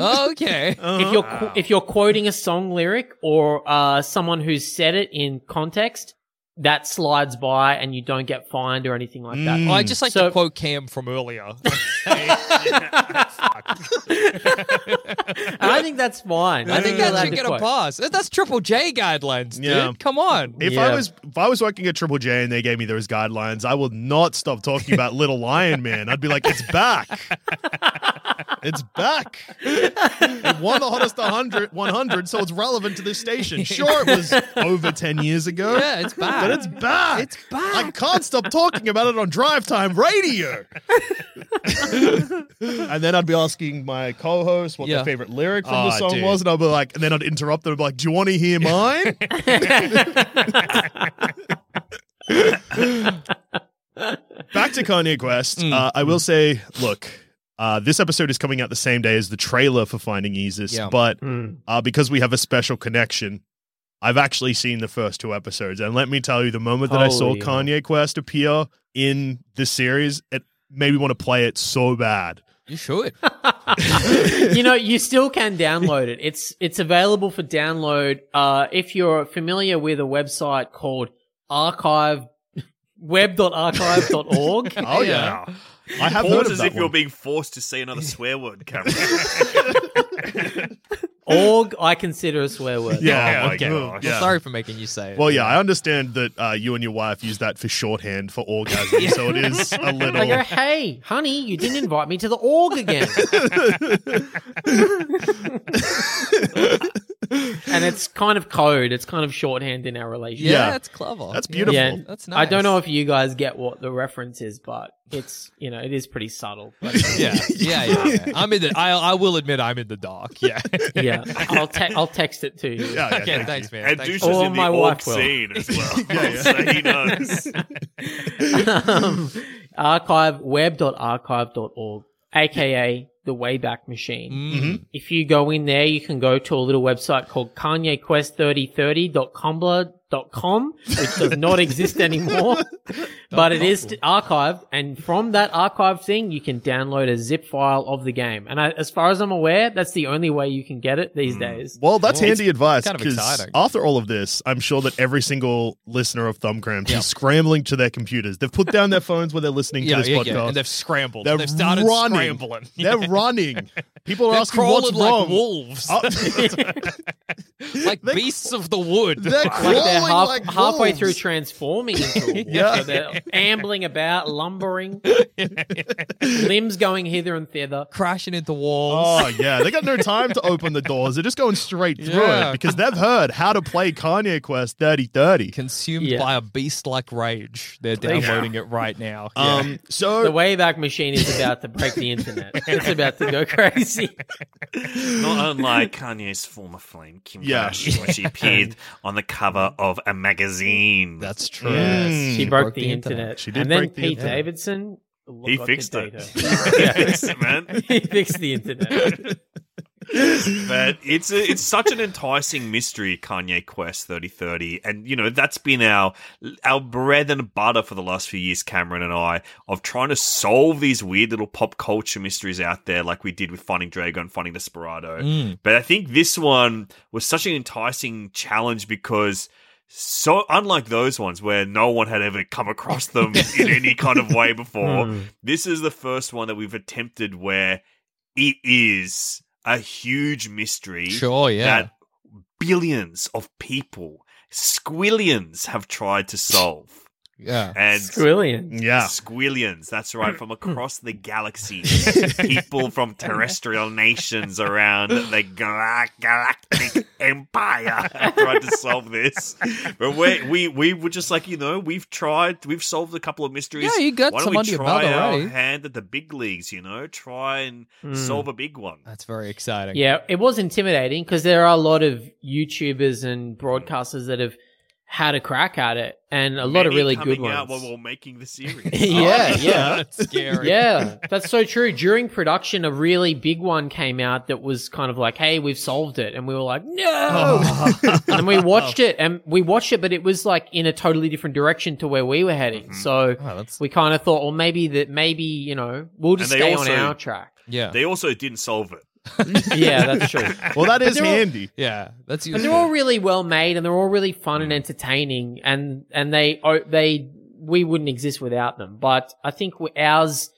Speaker 5: <laughs>
Speaker 6: Okay.
Speaker 7: if you're qu- if you're quoting a song lyric or uh, someone who's said it in context, that slides by and you don't get fined or anything like that.
Speaker 6: Well, Mm. I just like to
Speaker 7: Hmm. So- <laughs>
Speaker 6: quote Cam from earlier.
Speaker 5: Uh-huh.
Speaker 6: <laughs>
Speaker 7: <laughs> And I think that's fine.
Speaker 6: I think
Speaker 7: you're
Speaker 6: that
Speaker 7: allowed
Speaker 6: should
Speaker 7: to
Speaker 6: get a
Speaker 7: quote.
Speaker 6: pass. That's Triple J guidelines, dude.
Speaker 5: Yeah.
Speaker 6: Come on.
Speaker 5: If I
Speaker 7: Yeah.
Speaker 5: was if I was working at Triple J and they gave me those guidelines, I would not stop talking about Little Lion Man. I'd be like, it's back. It's back. It won the hottest 100, 100, so it's relevant to this station. Sure, it was over 10 years ago.
Speaker 6: Yeah, it's back.
Speaker 5: But it's back. It's back. I can't stop talking about it on drive time radio. and then I'd be asking my co host what
Speaker 6: Yeah.
Speaker 5: their favorite lyric from the
Speaker 6: Aw,
Speaker 5: song
Speaker 6: dude.
Speaker 5: was. And I'd be like, and then I'd interrupt them and be like, do you want to hear <laughs> mine?
Speaker 7: <laughs>
Speaker 5: Back to Kanye Quest. Uh, I will say, look, uh, this episode is coming out the same day as the trailer for Finding Yeezus,
Speaker 6: Yeah.
Speaker 5: but
Speaker 7: Mm.
Speaker 5: uh, because we have a special connection, I've actually seen the first two episodes. And let me tell you, the moment that I saw
Speaker 7: Holy hell.
Speaker 5: Kanye Quest appear in the series, it made me want to play it so bad.
Speaker 6: you should.
Speaker 7: <laughs> you know, you still can download it. It's it's available for download. Uh, if you're familiar with a website called archive <laughs> web.archive.org.
Speaker 5: Oh yeah, I have heard
Speaker 3: Pause
Speaker 5: of
Speaker 3: as
Speaker 5: that
Speaker 3: if you're
Speaker 5: one.
Speaker 3: being forced to say another swear word, Cameron.
Speaker 7: Org I consider a swear word.
Speaker 5: Yeah,
Speaker 3: Oh my
Speaker 5: okay.
Speaker 3: gosh.
Speaker 5: Yeah.
Speaker 6: Sorry for making you say it.
Speaker 5: Well, yeah, I understand that uh, you and your wife use that for shorthand for orgasm, so it is a
Speaker 7: I go,
Speaker 5: little.
Speaker 7: hey, honey, you didn't invite me to the org again. and it's kind of code. It's kind of shorthand in our relationship.
Speaker 6: yeah,
Speaker 5: yeah.
Speaker 6: that's clever.
Speaker 5: That's beautiful.
Speaker 7: Yeah,
Speaker 6: That's
Speaker 7: I don't
Speaker 6: nice.
Speaker 7: know if you guys get what the reference is, but it's you know it is pretty subtle. But
Speaker 6: <laughs> Yeah, yeah, yeah.
Speaker 5: <laughs>
Speaker 6: yeah. I'm in the. I I will admit I'm in the dark. Yeah.
Speaker 7: yeah, I'll te- I'll text it to you.
Speaker 5: Yeah, yeah,
Speaker 6: <laughs> okay,
Speaker 5: thank
Speaker 6: thanks, man.
Speaker 3: <laughs> and
Speaker 6: Thanks.
Speaker 3: Douche
Speaker 7: for-
Speaker 3: is
Speaker 7: Or
Speaker 3: in the
Speaker 7: my
Speaker 3: orc
Speaker 7: wife will.
Speaker 3: scene as well.
Speaker 5: yeah.
Speaker 3: <laughs> so he
Speaker 7: <laughs> um,
Speaker 3: knows.
Speaker 7: archive web.archive.org, aka the Wayback Machine.
Speaker 6: Mhm.
Speaker 7: If you go in there, you can go to a little website called KanyeQuest3030.comblr.com, which does not exist anymore, but it is t- archived. And from that archive thing, you can download a zip file of the game. And I, as far as I'm aware, that's the only way you can get it these days.
Speaker 5: Well, that's
Speaker 6: Well,
Speaker 5: handy advice
Speaker 6: kind of
Speaker 5: because
Speaker 6: exciting.
Speaker 5: after all of this, I'm sure that every single listener of Thumbcramps is scrambling to their computers. They've put down their phones when they're listening
Speaker 6: Yeah,
Speaker 5: to this
Speaker 6: yeah,
Speaker 5: podcast.
Speaker 6: yeah. And they've scrambled.
Speaker 5: They're
Speaker 6: They've started
Speaker 5: running.
Speaker 6: scrambling. <laughs>
Speaker 5: They're running. People are
Speaker 6: They're
Speaker 5: asking what's
Speaker 6: crawling like
Speaker 5: wrong.
Speaker 6: wolves,
Speaker 7: <laughs>
Speaker 5: Uh, <laughs>
Speaker 6: like beasts of the wood.
Speaker 5: they're
Speaker 7: Like
Speaker 5: crawling
Speaker 7: they're half,
Speaker 5: like
Speaker 7: halfway
Speaker 5: wolves.
Speaker 7: through transforming into a wolf.
Speaker 5: Yeah.
Speaker 7: So they're ambling about, lumbering, limbs going hither and thither.
Speaker 6: <laughs> crashing into walls.
Speaker 5: Oh yeah, they got no time to open the doors. They're just going straight through
Speaker 6: Yeah.
Speaker 5: it because they've heard how to play Kanye Quest 3030.
Speaker 6: Consumed
Speaker 7: Yeah.
Speaker 6: by a beast like rage. They're
Speaker 7: There you go.
Speaker 6: downloading it right now. Yeah.
Speaker 5: Um,
Speaker 7: The
Speaker 5: so
Speaker 7: Wayback Machine is about to break the internet. It's about to go crazy.
Speaker 3: Not unlike Kanye's former flame, Kim
Speaker 5: Yeah.
Speaker 3: Kardashian, when she appeared on the cover of a magazine.
Speaker 6: that's true.
Speaker 5: Yes.
Speaker 7: Mm. She broke, the, internet.
Speaker 5: She did
Speaker 7: and then
Speaker 5: break the
Speaker 7: Pete
Speaker 5: internet.
Speaker 7: Davidson. look
Speaker 3: he
Speaker 7: got
Speaker 3: fixed
Speaker 7: the
Speaker 3: it.
Speaker 7: data.
Speaker 3: <laughs> he fixed it, man.
Speaker 7: <laughs> he fixed the internet.
Speaker 3: But it's a, it's such an enticing mystery, Kanye Quest 3030, and you know that's been our our bread and butter for the last few years, Cameron and I, of trying to solve these weird little pop culture mysteries out there, like we did with Finding Drago and Finding Desperado.
Speaker 6: Mm.
Speaker 3: But I think this one was such an enticing challenge because. So unlike those ones where no one had ever come across them
Speaker 6: <laughs>
Speaker 3: in any kind of way before,
Speaker 6: Hmm.
Speaker 3: this is the first one that we've attempted where it is a huge mystery
Speaker 6: Sure, yeah.
Speaker 3: that billions of people, squillions, have tried to solve.
Speaker 6: yeah.
Speaker 3: <laughs> <laughs> And
Speaker 7: Brilliant.
Speaker 6: Ah.
Speaker 5: yeah,
Speaker 3: squillions,
Speaker 6: <clears throat>
Speaker 3: that's right, from across the galaxy. people from terrestrial nations around the gala- galactic empire have tried to solve this. But we, we we were just like, you know, we've tried, we've solved a couple of mysteries.
Speaker 6: Yeah, you got
Speaker 3: Why don't
Speaker 6: some
Speaker 3: we
Speaker 6: under your
Speaker 3: try
Speaker 6: belt
Speaker 3: our
Speaker 6: already. Hmm.
Speaker 3: hand at the big leagues, you know? Try and solve a big one.
Speaker 6: That's very exciting.
Speaker 7: Yeah, it was intimidating because there are a lot of YouTubers and broadcasters that have had a crack at it, and a lot of
Speaker 3: Many
Speaker 7: really good
Speaker 3: coming
Speaker 7: ones.
Speaker 3: out while
Speaker 7: <laughs>
Speaker 3: we're making the series.
Speaker 7: yeah, yeah.
Speaker 6: <laughs> That's <laughs> scary.
Speaker 3: <laughs>
Speaker 7: Yeah, that's so true. During production, a really big one came out that was kind of like, "Hey, we've solved it," and we were like,
Speaker 6: Oh,
Speaker 7: "No!" and then we watched it, and we watched it, but it was like in a totally different direction to where we were heading. So
Speaker 6: Oh, <laughs> that's-
Speaker 7: we kind of thought, well, maybe that, maybe you know, we'll just
Speaker 3: And they
Speaker 7: stay
Speaker 3: also-
Speaker 7: on our track.
Speaker 6: Yeah.
Speaker 3: Oh, They also didn't solve it.
Speaker 7: yeah, that's true.
Speaker 5: well, that
Speaker 6: <laughs>
Speaker 5: is
Speaker 7: they're all-
Speaker 5: handy.
Speaker 6: yeah. That's
Speaker 7: But
Speaker 6: useful.
Speaker 7: they're all really well made, and they're all really fun and entertaining, and and they oh, they we wouldn't exist without them. But I think we- ours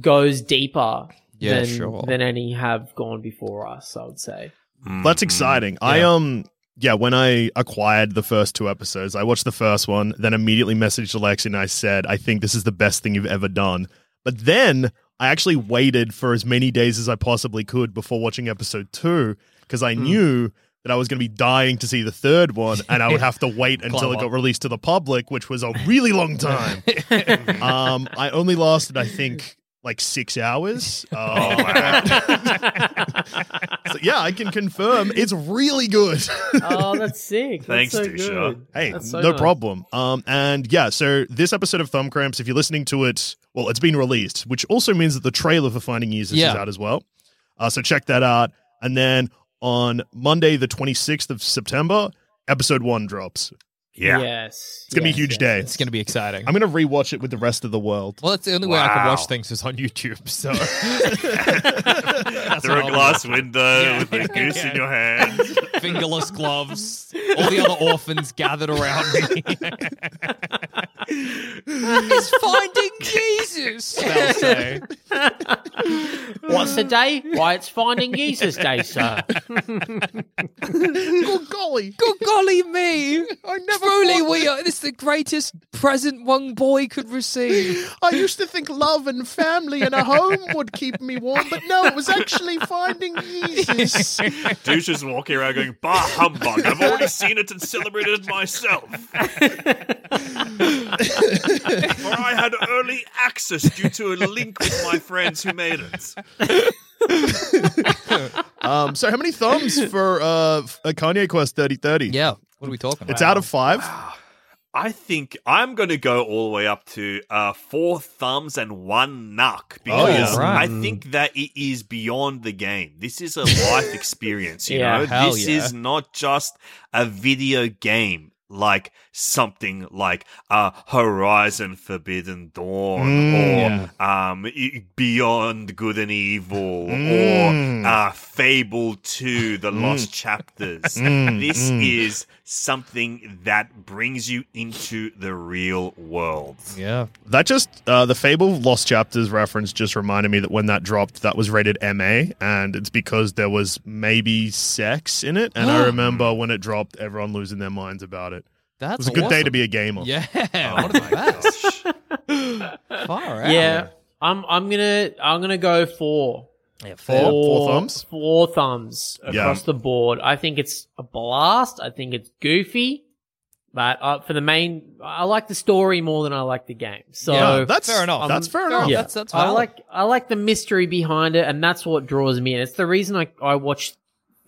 Speaker 7: goes deeper
Speaker 6: Yeah,
Speaker 7: than
Speaker 6: sure.
Speaker 7: than any have gone before us. I would say.
Speaker 3: Mm-hmm.
Speaker 5: That's exciting. I um yeah, when I acquired the first two episodes, I watched the first one, then immediately messaged Alexi and I said, I think this is the best thing you've ever done. But then I actually waited for as many days as I possibly could before watching episode two, because I knew that I was going to be dying to see the third one, and I would have to wait until it
Speaker 6: Clever.
Speaker 5: got released to the public, which was a really long time. um, I only lasted, I think, like six hours. Uh, so yeah, I can confirm it's really good.
Speaker 7: <laughs> oh, that's sick.
Speaker 3: Thanks,
Speaker 7: that's so
Speaker 3: Dusha.
Speaker 7: good.
Speaker 5: Hey,
Speaker 7: That's so
Speaker 5: no
Speaker 7: nice.
Speaker 5: problem. Um, and yeah, so this episode of Thumb Cramps, if you're listening to it, well, it's been released, which also means that the trailer for Finding Uses
Speaker 6: Yeah.
Speaker 5: is out as well. Uh, so check that out. And then on Monday, the 26th of September, episode one drops.
Speaker 3: Yeah.
Speaker 7: Yes.
Speaker 5: It's gonna
Speaker 7: yes,
Speaker 5: be a huge
Speaker 7: yes.
Speaker 5: day.
Speaker 6: <laughs> It's going to be exciting.
Speaker 5: I'm gonna rewatch it with the rest of the world.
Speaker 6: well, that's the only way I can
Speaker 3: Wow.
Speaker 6: watch things is on <laughs> YouTube.
Speaker 3: <laughs>
Speaker 6: So
Speaker 3: Through a glass window
Speaker 6: Yeah.
Speaker 7: <laughs>
Speaker 3: with a goose
Speaker 6: Yeah.
Speaker 3: in your hand.
Speaker 6: fingerless gloves, all the other orphans gathered around <laughs> me. He's finding <laughs> Jesus.
Speaker 5: They'll say.
Speaker 7: What's the day? Why, it's Finding Jesus Day, sir.
Speaker 5: oh golly!
Speaker 6: Good golly me! I never Truly, we are. This is the greatest present one boy could receive.
Speaker 5: I used to think love and family and a home would keep me warm, but no, it was actually finding Jesus.
Speaker 3: <laughs> Douche is walking around going, bah humbug, I've already seen it and celebrated it myself. <laughs> For I had early access due to a link with my friends who made it.
Speaker 5: <laughs> Um, so how many thumbs for uh, f- uh, Kanye Quest 3030?
Speaker 6: <laughs> Yeah. What are we talking about?
Speaker 5: It's out of five.
Speaker 3: I think I'm going to go all the way up to uh, four thumbs and one knuck
Speaker 5: Oh,
Speaker 3: because
Speaker 6: right. Mm.
Speaker 3: I think that it is beyond the game. This is a
Speaker 5: <laughs>
Speaker 3: life experience, you
Speaker 7: Yeah,
Speaker 3: know.
Speaker 6: hell
Speaker 3: This
Speaker 6: yeah.
Speaker 3: is not just a video game like something like uh, Horizon Forbidden Dawn
Speaker 5: Mm.
Speaker 3: or um, i- Beyond Good and Evil
Speaker 5: Mm.
Speaker 3: or uh, Fable 2 The
Speaker 5: <laughs>
Speaker 3: Lost Chapters. This is something that brings you into the real world.
Speaker 6: <laughs> Yeah.
Speaker 5: That just uh, the Fable Lost Chapters reference just reminded me that when that dropped, that was rated MA, and it's because there was maybe sex in it. And
Speaker 6: <gasps>
Speaker 5: I remember when it dropped, everyone losing their minds about it.
Speaker 6: That's
Speaker 5: It was a good day to be a gamer.
Speaker 6: Yeah. <laughs>
Speaker 3: Oh
Speaker 6: One of the
Speaker 3: my
Speaker 6: best.
Speaker 3: gosh.
Speaker 6: Far out.
Speaker 7: yeah. I'm I'm gonna I'm gonna go four.
Speaker 5: Four,
Speaker 6: Yeah, fair. <laughs>
Speaker 5: four thumbs.
Speaker 7: Four thumbs
Speaker 5: Yeah.
Speaker 7: across the board. I think it's a blast. I think it's goofy. But uh, for the main, I like the story more than I like the game. So
Speaker 6: Yeah,
Speaker 5: No, that's
Speaker 6: Fair enough.
Speaker 5: That's fair
Speaker 6: Fair
Speaker 5: enough.
Speaker 6: enough. That's- that's
Speaker 7: I
Speaker 6: valid.
Speaker 7: like I like the mystery behind it, and that's what draws me in. It's the reason I, I watch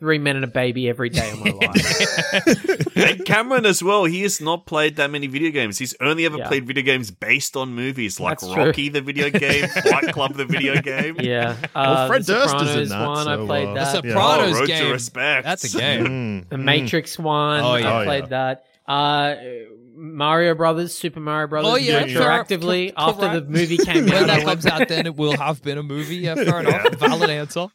Speaker 7: Three Men and a Baby every
Speaker 5: <laughs>
Speaker 7: day of my life.
Speaker 3: and Cameron as well, he has not played that many video games. He's only ever
Speaker 7: Yeah.
Speaker 3: played video games based on movies like
Speaker 7: That's true.
Speaker 3: Rocky the
Speaker 7: <laughs>
Speaker 3: video game, Fight Club the video game.
Speaker 7: yeah, uh,
Speaker 5: Fred
Speaker 7: the
Speaker 5: Durst is in
Speaker 7: Sopranos
Speaker 5: that,
Speaker 7: one.
Speaker 5: so,
Speaker 7: I played
Speaker 5: uh,
Speaker 7: that.
Speaker 6: The
Speaker 5: Yeah.
Speaker 6: Sopranos
Speaker 3: Oh, Road to
Speaker 6: game.
Speaker 3: Respect.
Speaker 6: That's a game.
Speaker 5: Mm.
Speaker 7: The Matrix one.
Speaker 6: Oh, yeah.
Speaker 5: Oh,
Speaker 7: I played that. Uh, Mario Brothers, Super Mario Brothers,
Speaker 6: Oh, yeah, yeah.
Speaker 7: retroactively
Speaker 6: Correct.
Speaker 7: after the movie came
Speaker 6: when <laughs>
Speaker 7: out.
Speaker 6: that
Speaker 7: I went,
Speaker 6: comes out, then it will have been a movie.
Speaker 5: <laughs>
Speaker 6: Yeah, fair enough. Valid answer.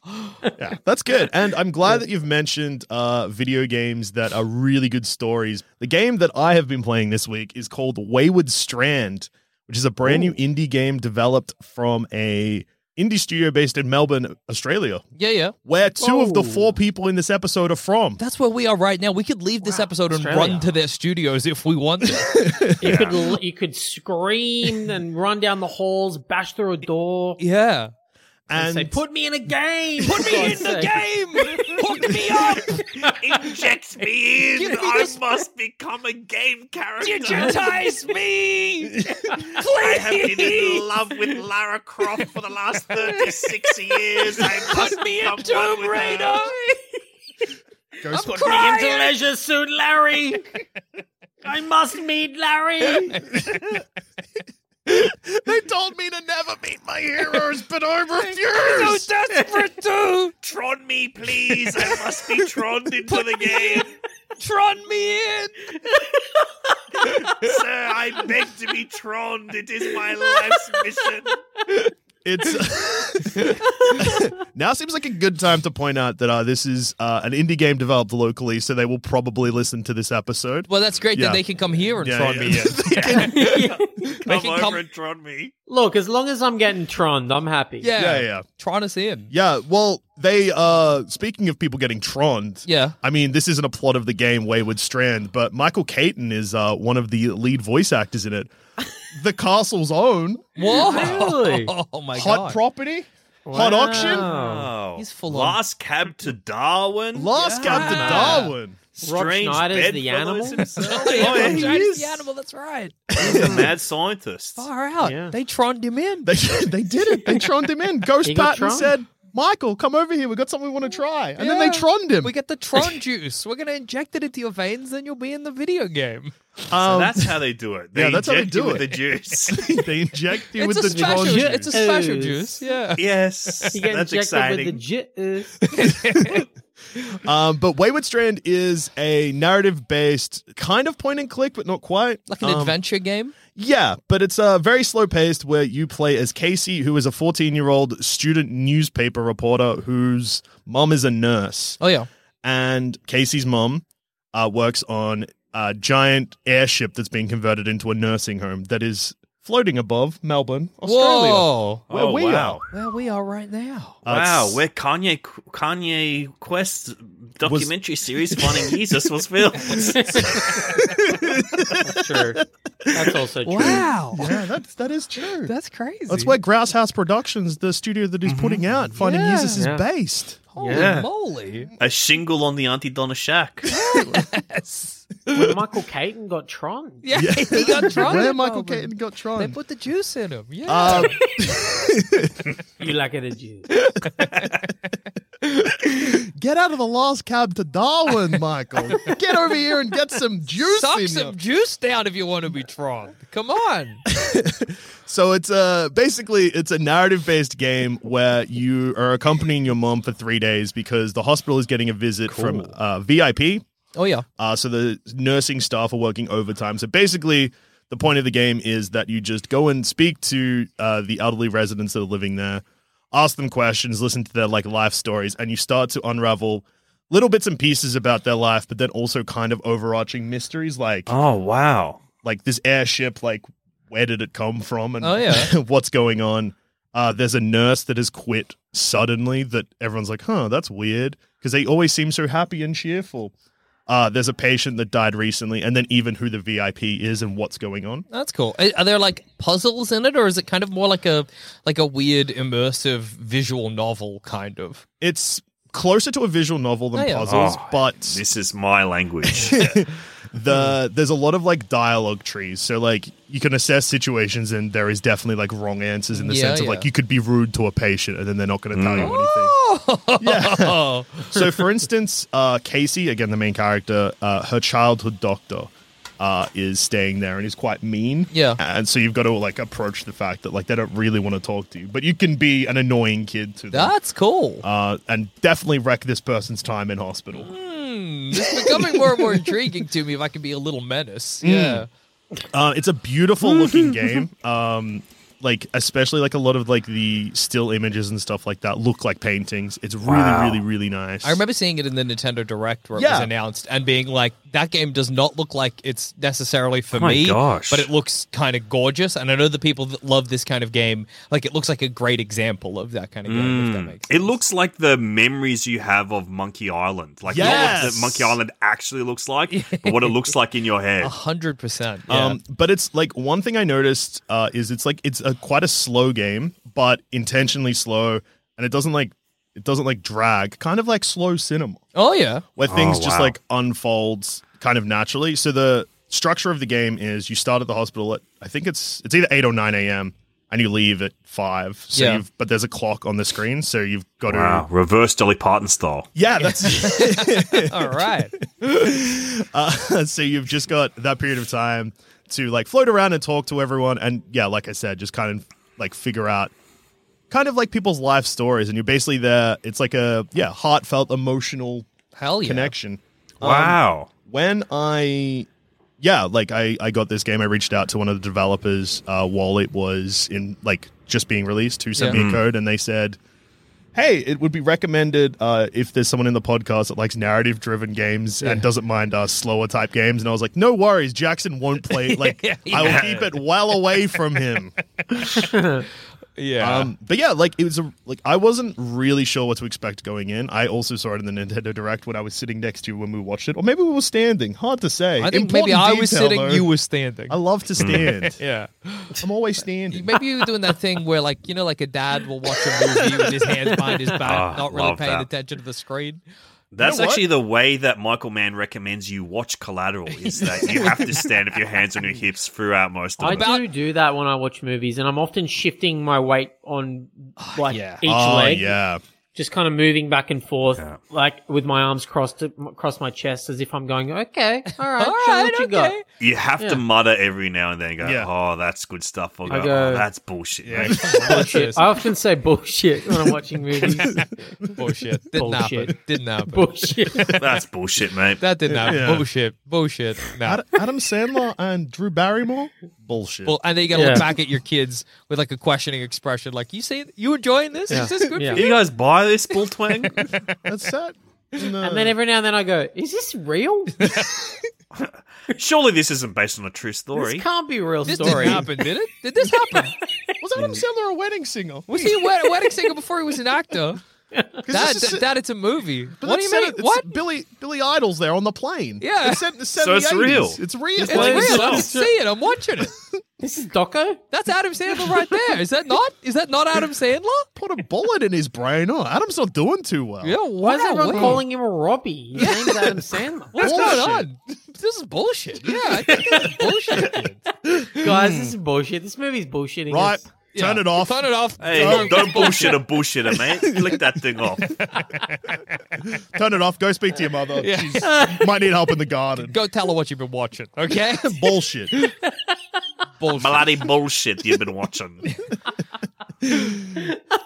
Speaker 5: Yeah, that's good. And I'm glad that you've mentioned uh, video games that are really good stories. The game that I have been playing this week is called Wayward Strand, which is a brand new indie game developed from a indie studio based in Melbourne, Australia,
Speaker 6: Yeah, yeah.
Speaker 5: where two of the
Speaker 7: Whoa.
Speaker 5: four people in this episode are from.
Speaker 6: That's where we are right now. We could leave this episode and
Speaker 7: Australia.
Speaker 6: run to their studios if we want to. <laughs>
Speaker 7: you could l- you could scream and run down the halls, bash through a door,
Speaker 6: yeah.
Speaker 7: and say, "Put me in a game! Put
Speaker 6: me in the game! Hook me
Speaker 7: <laughs>
Speaker 6: up!
Speaker 3: Inject
Speaker 6: <laughs>
Speaker 3: me in. I must become a game character.
Speaker 6: Digitize me!
Speaker 3: I have been in love with Lara Croft for the last 36 years. I
Speaker 6: <laughs>
Speaker 3: must
Speaker 6: Put me in
Speaker 3: become one
Speaker 6: Tomb
Speaker 3: with her.
Speaker 6: Raider!
Speaker 5: Goes
Speaker 6: I'm
Speaker 7: Me into
Speaker 6: crying!
Speaker 7: leisure suit, Larry. I must meet Larry.
Speaker 5: they told me to never meet my heroes,
Speaker 7: <laughs>
Speaker 5: but I
Speaker 6: So
Speaker 5: refuse.
Speaker 6: desperate to
Speaker 3: Tron me, please. I must be troned into the game.
Speaker 6: Tron me in!
Speaker 3: <laughs> Sir, I beg to be troned. It is my life's mission.
Speaker 5: It's <laughs> now seems like a good time to point out that uh, this is uh, an indie game developed locally, so they will probably listen to this episode.
Speaker 6: <laughs> Well, that's great
Speaker 5: Yeah.
Speaker 6: that they can come here and
Speaker 5: Yeah,
Speaker 6: Tron
Speaker 5: yeah. <laughs>
Speaker 6: me in.
Speaker 3: Come
Speaker 6: can
Speaker 3: over
Speaker 6: come-
Speaker 3: and tron me.
Speaker 7: <laughs> Look, as long as I'm getting troned, I'm happy.
Speaker 6: Yeah.
Speaker 5: Yeah, yeah.
Speaker 6: Tron us in.
Speaker 5: Yeah, well, they uh speaking of people getting troned.
Speaker 6: Yeah.
Speaker 5: I mean, this isn't a plot of the game Wayward Strand, but Michael Caton is uh one of the lead voice actors in it.
Speaker 6: <laughs>
Speaker 5: the castle's own
Speaker 6: Whoa!
Speaker 7: Really?
Speaker 6: <laughs> Oh my
Speaker 5: hot
Speaker 6: god!
Speaker 5: property, hot auction,
Speaker 7: Wow.
Speaker 6: Oh. He's full on.
Speaker 3: Oh. Last cab to Darwin.
Speaker 5: last cab to Darwin.
Speaker 7: Rob
Speaker 3: Strange
Speaker 7: Schneider's the
Speaker 3: bedfellows
Speaker 7: animal? <laughs>
Speaker 3: himself.
Speaker 6: Oh, <laughs> yeah,
Speaker 3: Oh, yeah,
Speaker 6: Rob
Speaker 3: he
Speaker 6: Schneider's
Speaker 3: is.
Speaker 6: the animal. That's <laughs> right.
Speaker 3: He's a mad scientist.
Speaker 6: Far out.
Speaker 7: Yeah.
Speaker 6: They troned him in.
Speaker 5: They <laughs> they did it.
Speaker 6: <laughs>
Speaker 5: They troned him in. Ghost
Speaker 7: He got
Speaker 5: Patton
Speaker 7: troned.
Speaker 5: said, "Michael, come over here. We got something we want to try." And then they
Speaker 6: Yeah.
Speaker 5: troned him.
Speaker 6: We get the Tron juice. We're gonna inject it into your veins, then you'll be in the video game.
Speaker 3: So
Speaker 5: Um,
Speaker 3: that's how they do <laughs> it. They
Speaker 5: yeah, that's how they
Speaker 3: inject you
Speaker 5: do
Speaker 3: with
Speaker 5: it.
Speaker 3: the <laughs> juice.
Speaker 5: <laughs> they inject you
Speaker 6: it's
Speaker 5: with
Speaker 6: a
Speaker 5: the
Speaker 6: special.
Speaker 5: tron
Speaker 6: ju-
Speaker 5: juice.
Speaker 6: It's a special
Speaker 7: Juice.
Speaker 6: juice. Yeah.
Speaker 3: yes,
Speaker 7: You get
Speaker 3: that's
Speaker 7: injected
Speaker 3: exciting.
Speaker 7: with the juice.
Speaker 5: Um, but Wayward Strand is a narrative based kind of point and click, but not quite.
Speaker 6: Like an
Speaker 5: Um,
Speaker 6: adventure game?
Speaker 5: Yeah, but it's uh, very slow paced where you play as Casey, who is a 14 year old student newspaper reporter whose mom is a nurse.
Speaker 6: Oh, yeah.
Speaker 5: And Casey's mom uh, works on a giant airship that's being converted into a nursing home that is floating above Melbourne, Australia.
Speaker 6: <laughs> Whoa.
Speaker 5: Where
Speaker 3: Oh,
Speaker 5: we
Speaker 3: wow.
Speaker 5: are.
Speaker 6: Where we are right now. <laughs>
Speaker 5: Uh,
Speaker 3: wow,
Speaker 5: it's-
Speaker 3: where Kanye Kanye Quest documentary series Finding <laughs> Jesus was filmed.
Speaker 7: <laughs> True. That's also true.
Speaker 6: Wow.
Speaker 5: Yeah, that's, that is true.
Speaker 6: That's crazy.
Speaker 5: That's where Grouse House Productions, the studio that he's putting out, Finding
Speaker 6: Yeah.
Speaker 5: Jesus, is
Speaker 7: Yeah.
Speaker 5: based.
Speaker 6: Holy
Speaker 3: Yeah.
Speaker 6: moly.
Speaker 3: A shingle on the Auntie Donna shack.
Speaker 6: Yes.
Speaker 7: When Michael Caton got Tron.
Speaker 6: Yeah, <laughs> he got drunk.
Speaker 5: Where
Speaker 6: in
Speaker 5: Michael
Speaker 6: Melbourne.
Speaker 5: Caton got
Speaker 6: They
Speaker 5: Tron.
Speaker 6: put the juice in him. Yeah. <laughs>
Speaker 5: Uh,
Speaker 7: You like it as you.
Speaker 5: get out of the last cab to Darwin, Michael.
Speaker 6: <laughs>
Speaker 5: get over here and get some juice
Speaker 6: Suck
Speaker 5: in
Speaker 6: some
Speaker 5: you.
Speaker 6: juice down if you want to be Tron. Come on.
Speaker 5: So it's uh basically it's a narrative based game where you are accompanying your mom for three days because the hospital is getting a visit from uh, VIP.
Speaker 6: <laughs> Oh, yeah.
Speaker 5: Uh, so the nursing staff are working overtime. So basically, the point of the game is that you just go and speak to uh, the elderly residents that are living there, ask them questions, listen to their like life stories, and you start to unravel little bits and pieces about their life, but then also kind of overarching mysteries like
Speaker 3: <laughs> Oh wow.
Speaker 5: like this airship, like where did it come from, and
Speaker 6: Oh, yeah.
Speaker 5: <laughs> what's going on. Uh, there's a nurse that has quit suddenly that everyone's like, huh, that's weird because they always seem so happy and cheerful. Uh, there's a patient that died recently, and then even who the VIP is and what's going on.
Speaker 6: That's cool. Are are there like puzzles in it, or is it kind of more like a like a weird immersive visual novel kind <laughs> of?
Speaker 5: It's closer to a visual novel than
Speaker 6: Oh, yeah.
Speaker 5: puzzles,
Speaker 3: Oh,
Speaker 5: but
Speaker 3: This is my <laughs> language.
Speaker 5: the there's a lot of like dialogue trees. So like you can assess situations, and there is definitely like wrong answers in the
Speaker 6: Yeah,
Speaker 5: sense of
Speaker 6: yeah.
Speaker 5: like you could be rude to a patient, and then they're not going to tell
Speaker 3: Mm.
Speaker 5: you anything.
Speaker 6: Oh,
Speaker 5: Yeah. so, for instance, uh, Casey, again, the main character, uh, her childhood doctor uh, is staying there and is quite mean.
Speaker 6: Yeah.
Speaker 5: And so you've got to like approach the fact that like they don't really want to talk to you, but you can be an annoying kid to them.
Speaker 6: that's cool.
Speaker 5: Uh, and definitely wreck this person's time in hospital.
Speaker 6: Hmm, this is becoming more and more intriguing to me. If I can be a little menace, yeah.
Speaker 5: Uh, it's a beautiful looking
Speaker 6: <laughs>
Speaker 5: game. Um, like especially like a lot of like the still images and stuff like that look like paintings. It's really really really nice.
Speaker 6: I remember seeing it in the Nintendo Direct where it was
Speaker 5: Yeah.
Speaker 6: announced and being like, "That game does not look like it's necessarily for
Speaker 3: my
Speaker 6: me,
Speaker 3: gosh.
Speaker 6: but it looks kind of gorgeous." And I know the people that love this kind of game, like it looks like a great example of that kind of game. If that makes sense.
Speaker 3: It looks like the memories you have of Monkey Island. Like not what
Speaker 5: Yes.
Speaker 3: the Monkey Island actually looks like, but what it <laughs> looks like in your head.
Speaker 6: a hundred percent. yeah.
Speaker 5: Um, but it's like one thing I noticed uh, is it's like it's a quite a slow game, but intentionally slow, and it doesn't like it doesn't like drag, kind of like slow cinema
Speaker 6: Oh
Speaker 5: <laughs>
Speaker 6: yeah.
Speaker 5: where things
Speaker 3: Oh,
Speaker 5: just
Speaker 3: wow.
Speaker 5: like unfolds kind of naturally. So the structure of the game is you start at the hospital at I think it's it's either eight or nine a.m. and you leave at five. So
Speaker 6: Yeah.
Speaker 5: you've but there's a clock on the screen, so you've got
Speaker 3: Wow,
Speaker 5: to
Speaker 3: reverse Dolly Parton style.
Speaker 5: yeah, that's
Speaker 6: All right.
Speaker 5: Uh, <laughs> so you've just got that period of time to like float around and talk to everyone, and yeah, like I said, just kind of like figure out kind of like people's life stories, and you're basically there. It's like a yeah heartfelt, emotional
Speaker 6: Hell yeah.
Speaker 5: connection.
Speaker 3: Um, Wow.
Speaker 5: When I yeah, like I I got this game, I reached out to one of the developers uh, while it was in like just being released, who sent
Speaker 6: Yeah.
Speaker 5: me a code, and they said. Hey, it would be recommended uh, if there's someone in the podcast that likes narrative driven games and doesn't mind uh, slower type games. And I was like, no worries, Jackson won't play. it. Like, I will keep it well away from him.
Speaker 6: Yeah.
Speaker 5: Um, but yeah, like it was a like I wasn't really sure what to expect going in. I also saw it in the Nintendo Direct when I was sitting next to you when we watched it, or maybe we were standing. Hard to say.
Speaker 6: I
Speaker 5: Important
Speaker 6: think maybe I was
Speaker 5: detail,
Speaker 6: sitting,
Speaker 5: though.
Speaker 6: you were standing.
Speaker 5: I love to stand.
Speaker 6: yeah.
Speaker 5: I'm always standing.
Speaker 6: Maybe you were doing that thing where, like, you know, like a dad will watch a movie with his hands behind his back,
Speaker 3: Ah,
Speaker 6: not really
Speaker 3: love
Speaker 6: paying
Speaker 3: that.
Speaker 6: attention to the screen.
Speaker 3: That's
Speaker 5: You know what?
Speaker 3: actually the way that Michael Mann recommends you watch Collateral is that you have to stand with your hands on your hips throughout most of
Speaker 7: I
Speaker 3: it.
Speaker 7: do do that when I watch movies, and I'm often shifting my weight on like
Speaker 6: yeah.
Speaker 7: each
Speaker 5: oh
Speaker 7: leg.
Speaker 5: yeah,
Speaker 7: just kind of moving back and forth,
Speaker 3: Yeah.
Speaker 7: like with my arms crossed across my chest, as if I'm going, okay, all right,
Speaker 6: All
Speaker 7: show
Speaker 6: right,
Speaker 7: what you
Speaker 6: okay.
Speaker 7: got.
Speaker 3: You have
Speaker 7: Yeah.
Speaker 3: to mutter every now and then. and Go,
Speaker 5: Yeah.
Speaker 3: oh, that's good stuff. Or
Speaker 7: I
Speaker 3: go,
Speaker 7: go-
Speaker 3: oh, that's bullshit.
Speaker 5: Yeah.
Speaker 3: mate." <laughs>
Speaker 6: Bullshit.
Speaker 7: I often say bullshit when I'm watching <laughs> movies.
Speaker 6: Bullshit. Didn't happen.
Speaker 7: Bullshit.
Speaker 6: Didn't happen.
Speaker 7: bullshit.
Speaker 3: that's bullshit, mate.
Speaker 6: That didn't happen.
Speaker 5: Yeah.
Speaker 6: Bullshit. Bullshit. No.
Speaker 5: Ad- Adam Sandler and Drew Barrymore? Bullshit.
Speaker 6: Well, and then you got to
Speaker 7: Yeah.
Speaker 6: look back at your kids with like a questioning expression, like you say, you enjoying this? Is this good
Speaker 7: Yeah.
Speaker 6: for
Speaker 3: you
Speaker 6: you?
Speaker 3: guys buy this bull twang? <laughs>
Speaker 5: That's sad. No.
Speaker 6: Mm.
Speaker 7: And then every now and then I go, is this real?
Speaker 3: Surely this isn't based on a true story.
Speaker 7: This can't be a real
Speaker 6: This
Speaker 7: story.
Speaker 6: didn't happen, did it? Did
Speaker 5: <laughs>
Speaker 6: this happen?
Speaker 5: was Adam Sandler a wedding singer? <laughs>
Speaker 6: Mm. Was he a wed- wedding singer before he was an actor? That,
Speaker 5: this is-
Speaker 6: that, it's a movie.
Speaker 5: But
Speaker 6: what do
Speaker 5: that's
Speaker 6: you mean?
Speaker 5: Saturday- it's
Speaker 6: what?
Speaker 5: Billy Billy Idol's there on the plane.
Speaker 6: Yeah.
Speaker 5: It's set in the
Speaker 3: So it's
Speaker 5: 70s.
Speaker 3: real.
Speaker 5: It's real.
Speaker 6: It's
Speaker 3: playing
Speaker 6: real. I
Speaker 3: himself.
Speaker 6: can see it. I'm watching it.
Speaker 7: This is Doco?
Speaker 6: That's Adam Sandler right there. Is that not? Is that not Adam Sandler?
Speaker 5: Put a bullet in his brain. Oh, Adam's not doing too well.
Speaker 6: Yeah.
Speaker 7: Why is
Speaker 6: wow,
Speaker 7: everyone
Speaker 6: wow.
Speaker 7: calling him a Robbie? His name's Adam
Speaker 6: <laughs>
Speaker 7: Sandler.
Speaker 6: What's
Speaker 5: Bullshit.
Speaker 6: going on? This is bullshit. Yeah, I think this is bullshit. kids. Hmm.
Speaker 7: Guys, this is bullshit. This movie's bullshitting
Speaker 5: Right.
Speaker 7: us.
Speaker 5: <laughs> Turn
Speaker 6: Yeah.
Speaker 5: it off.
Speaker 6: Turn it off.
Speaker 3: Hey,
Speaker 6: Don't-
Speaker 3: don't bullshit a bullshitter, mate. Click that thing off.
Speaker 5: <laughs> Turn it off. Go speak to your mother.
Speaker 6: Yeah.
Speaker 5: She's, might need help in the garden.
Speaker 6: Go tell her what you've been watching.
Speaker 5: <laughs>
Speaker 6: Okay.
Speaker 5: Bullshit.
Speaker 6: bullshit.
Speaker 3: Bloody bullshit you've been watching.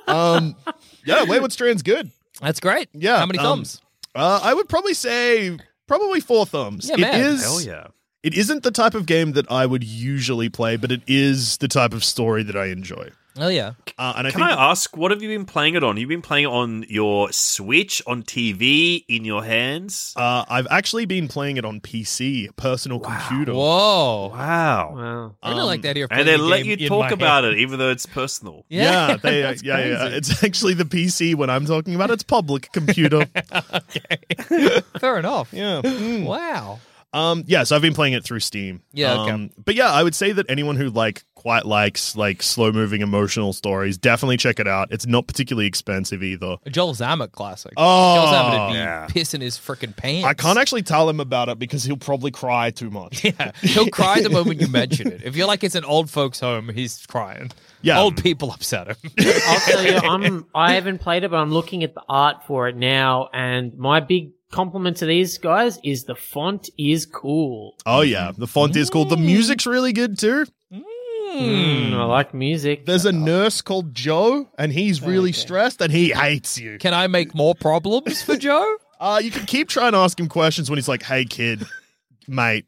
Speaker 5: Um, yeah, Wayward Strand's good.
Speaker 6: That's great.
Speaker 5: Yeah,
Speaker 6: How many
Speaker 5: um,
Speaker 6: thumbs?
Speaker 5: Uh, I would probably say probably four thumbs.
Speaker 6: Yeah,
Speaker 5: It
Speaker 6: man.
Speaker 5: is-
Speaker 3: Hell yeah.
Speaker 5: It isn't the type of game that I would usually play, but it is the type of story that I enjoy.
Speaker 6: Oh yeah.
Speaker 5: Uh, and I
Speaker 3: Can
Speaker 5: think
Speaker 3: I ask, what have you been playing it on? You've been playing it on your Switch, on TV, in your hands?
Speaker 5: Uh, I've actually been playing it on PC, personal computer.
Speaker 6: Whoa.
Speaker 3: Wow.
Speaker 7: Wow.
Speaker 6: I
Speaker 5: Um,
Speaker 6: don't like that here.
Speaker 3: And they let you talk about it, even though it's personal.
Speaker 5: Yeah,
Speaker 6: <laughs> Yeah.
Speaker 5: they, yeah, yeah. It's <laughs> actually the PC when I'm talking about. It's public
Speaker 6: <laughs>
Speaker 5: computer.
Speaker 6: Fair enough.
Speaker 5: yeah. Mm.
Speaker 6: Wow.
Speaker 5: Um. Yeah. So I've been playing it through Steam.
Speaker 6: Yeah, okay.
Speaker 5: Um, But yeah, I would say that anyone who like quite likes like slow moving emotional stories, definitely check it out. It's not particularly expensive either.
Speaker 6: A Joel Zammett classic.
Speaker 5: Oh,
Speaker 6: Joel Zammett would be
Speaker 3: yeah.
Speaker 6: pissing his freaking pants.
Speaker 5: I can't actually tell him about it because he'll probably cry too much.
Speaker 6: <laughs> Yeah, he'll cry the
Speaker 5: <laughs>
Speaker 6: moment you mention it. If you're like it's an old folks' home, he's crying.
Speaker 5: Yeah.
Speaker 6: old people upset him. <laughs>
Speaker 7: I'll tell you, I'm, I haven't played it, but I'm looking at the art for it now. And my big compliment to these guys is the font is cool.
Speaker 5: <laughs> oh yeah, the font is cool. The music's really good too.
Speaker 6: Hmm.
Speaker 7: Mm, I like music.
Speaker 5: There's a
Speaker 6: Uh,
Speaker 5: nurse called Joe, and he's really stressed, and he hates you.
Speaker 6: Can I make more problems for Joe?
Speaker 5: Uh, you can keep trying to ask him questions when he's like, "Hey, kid, mate,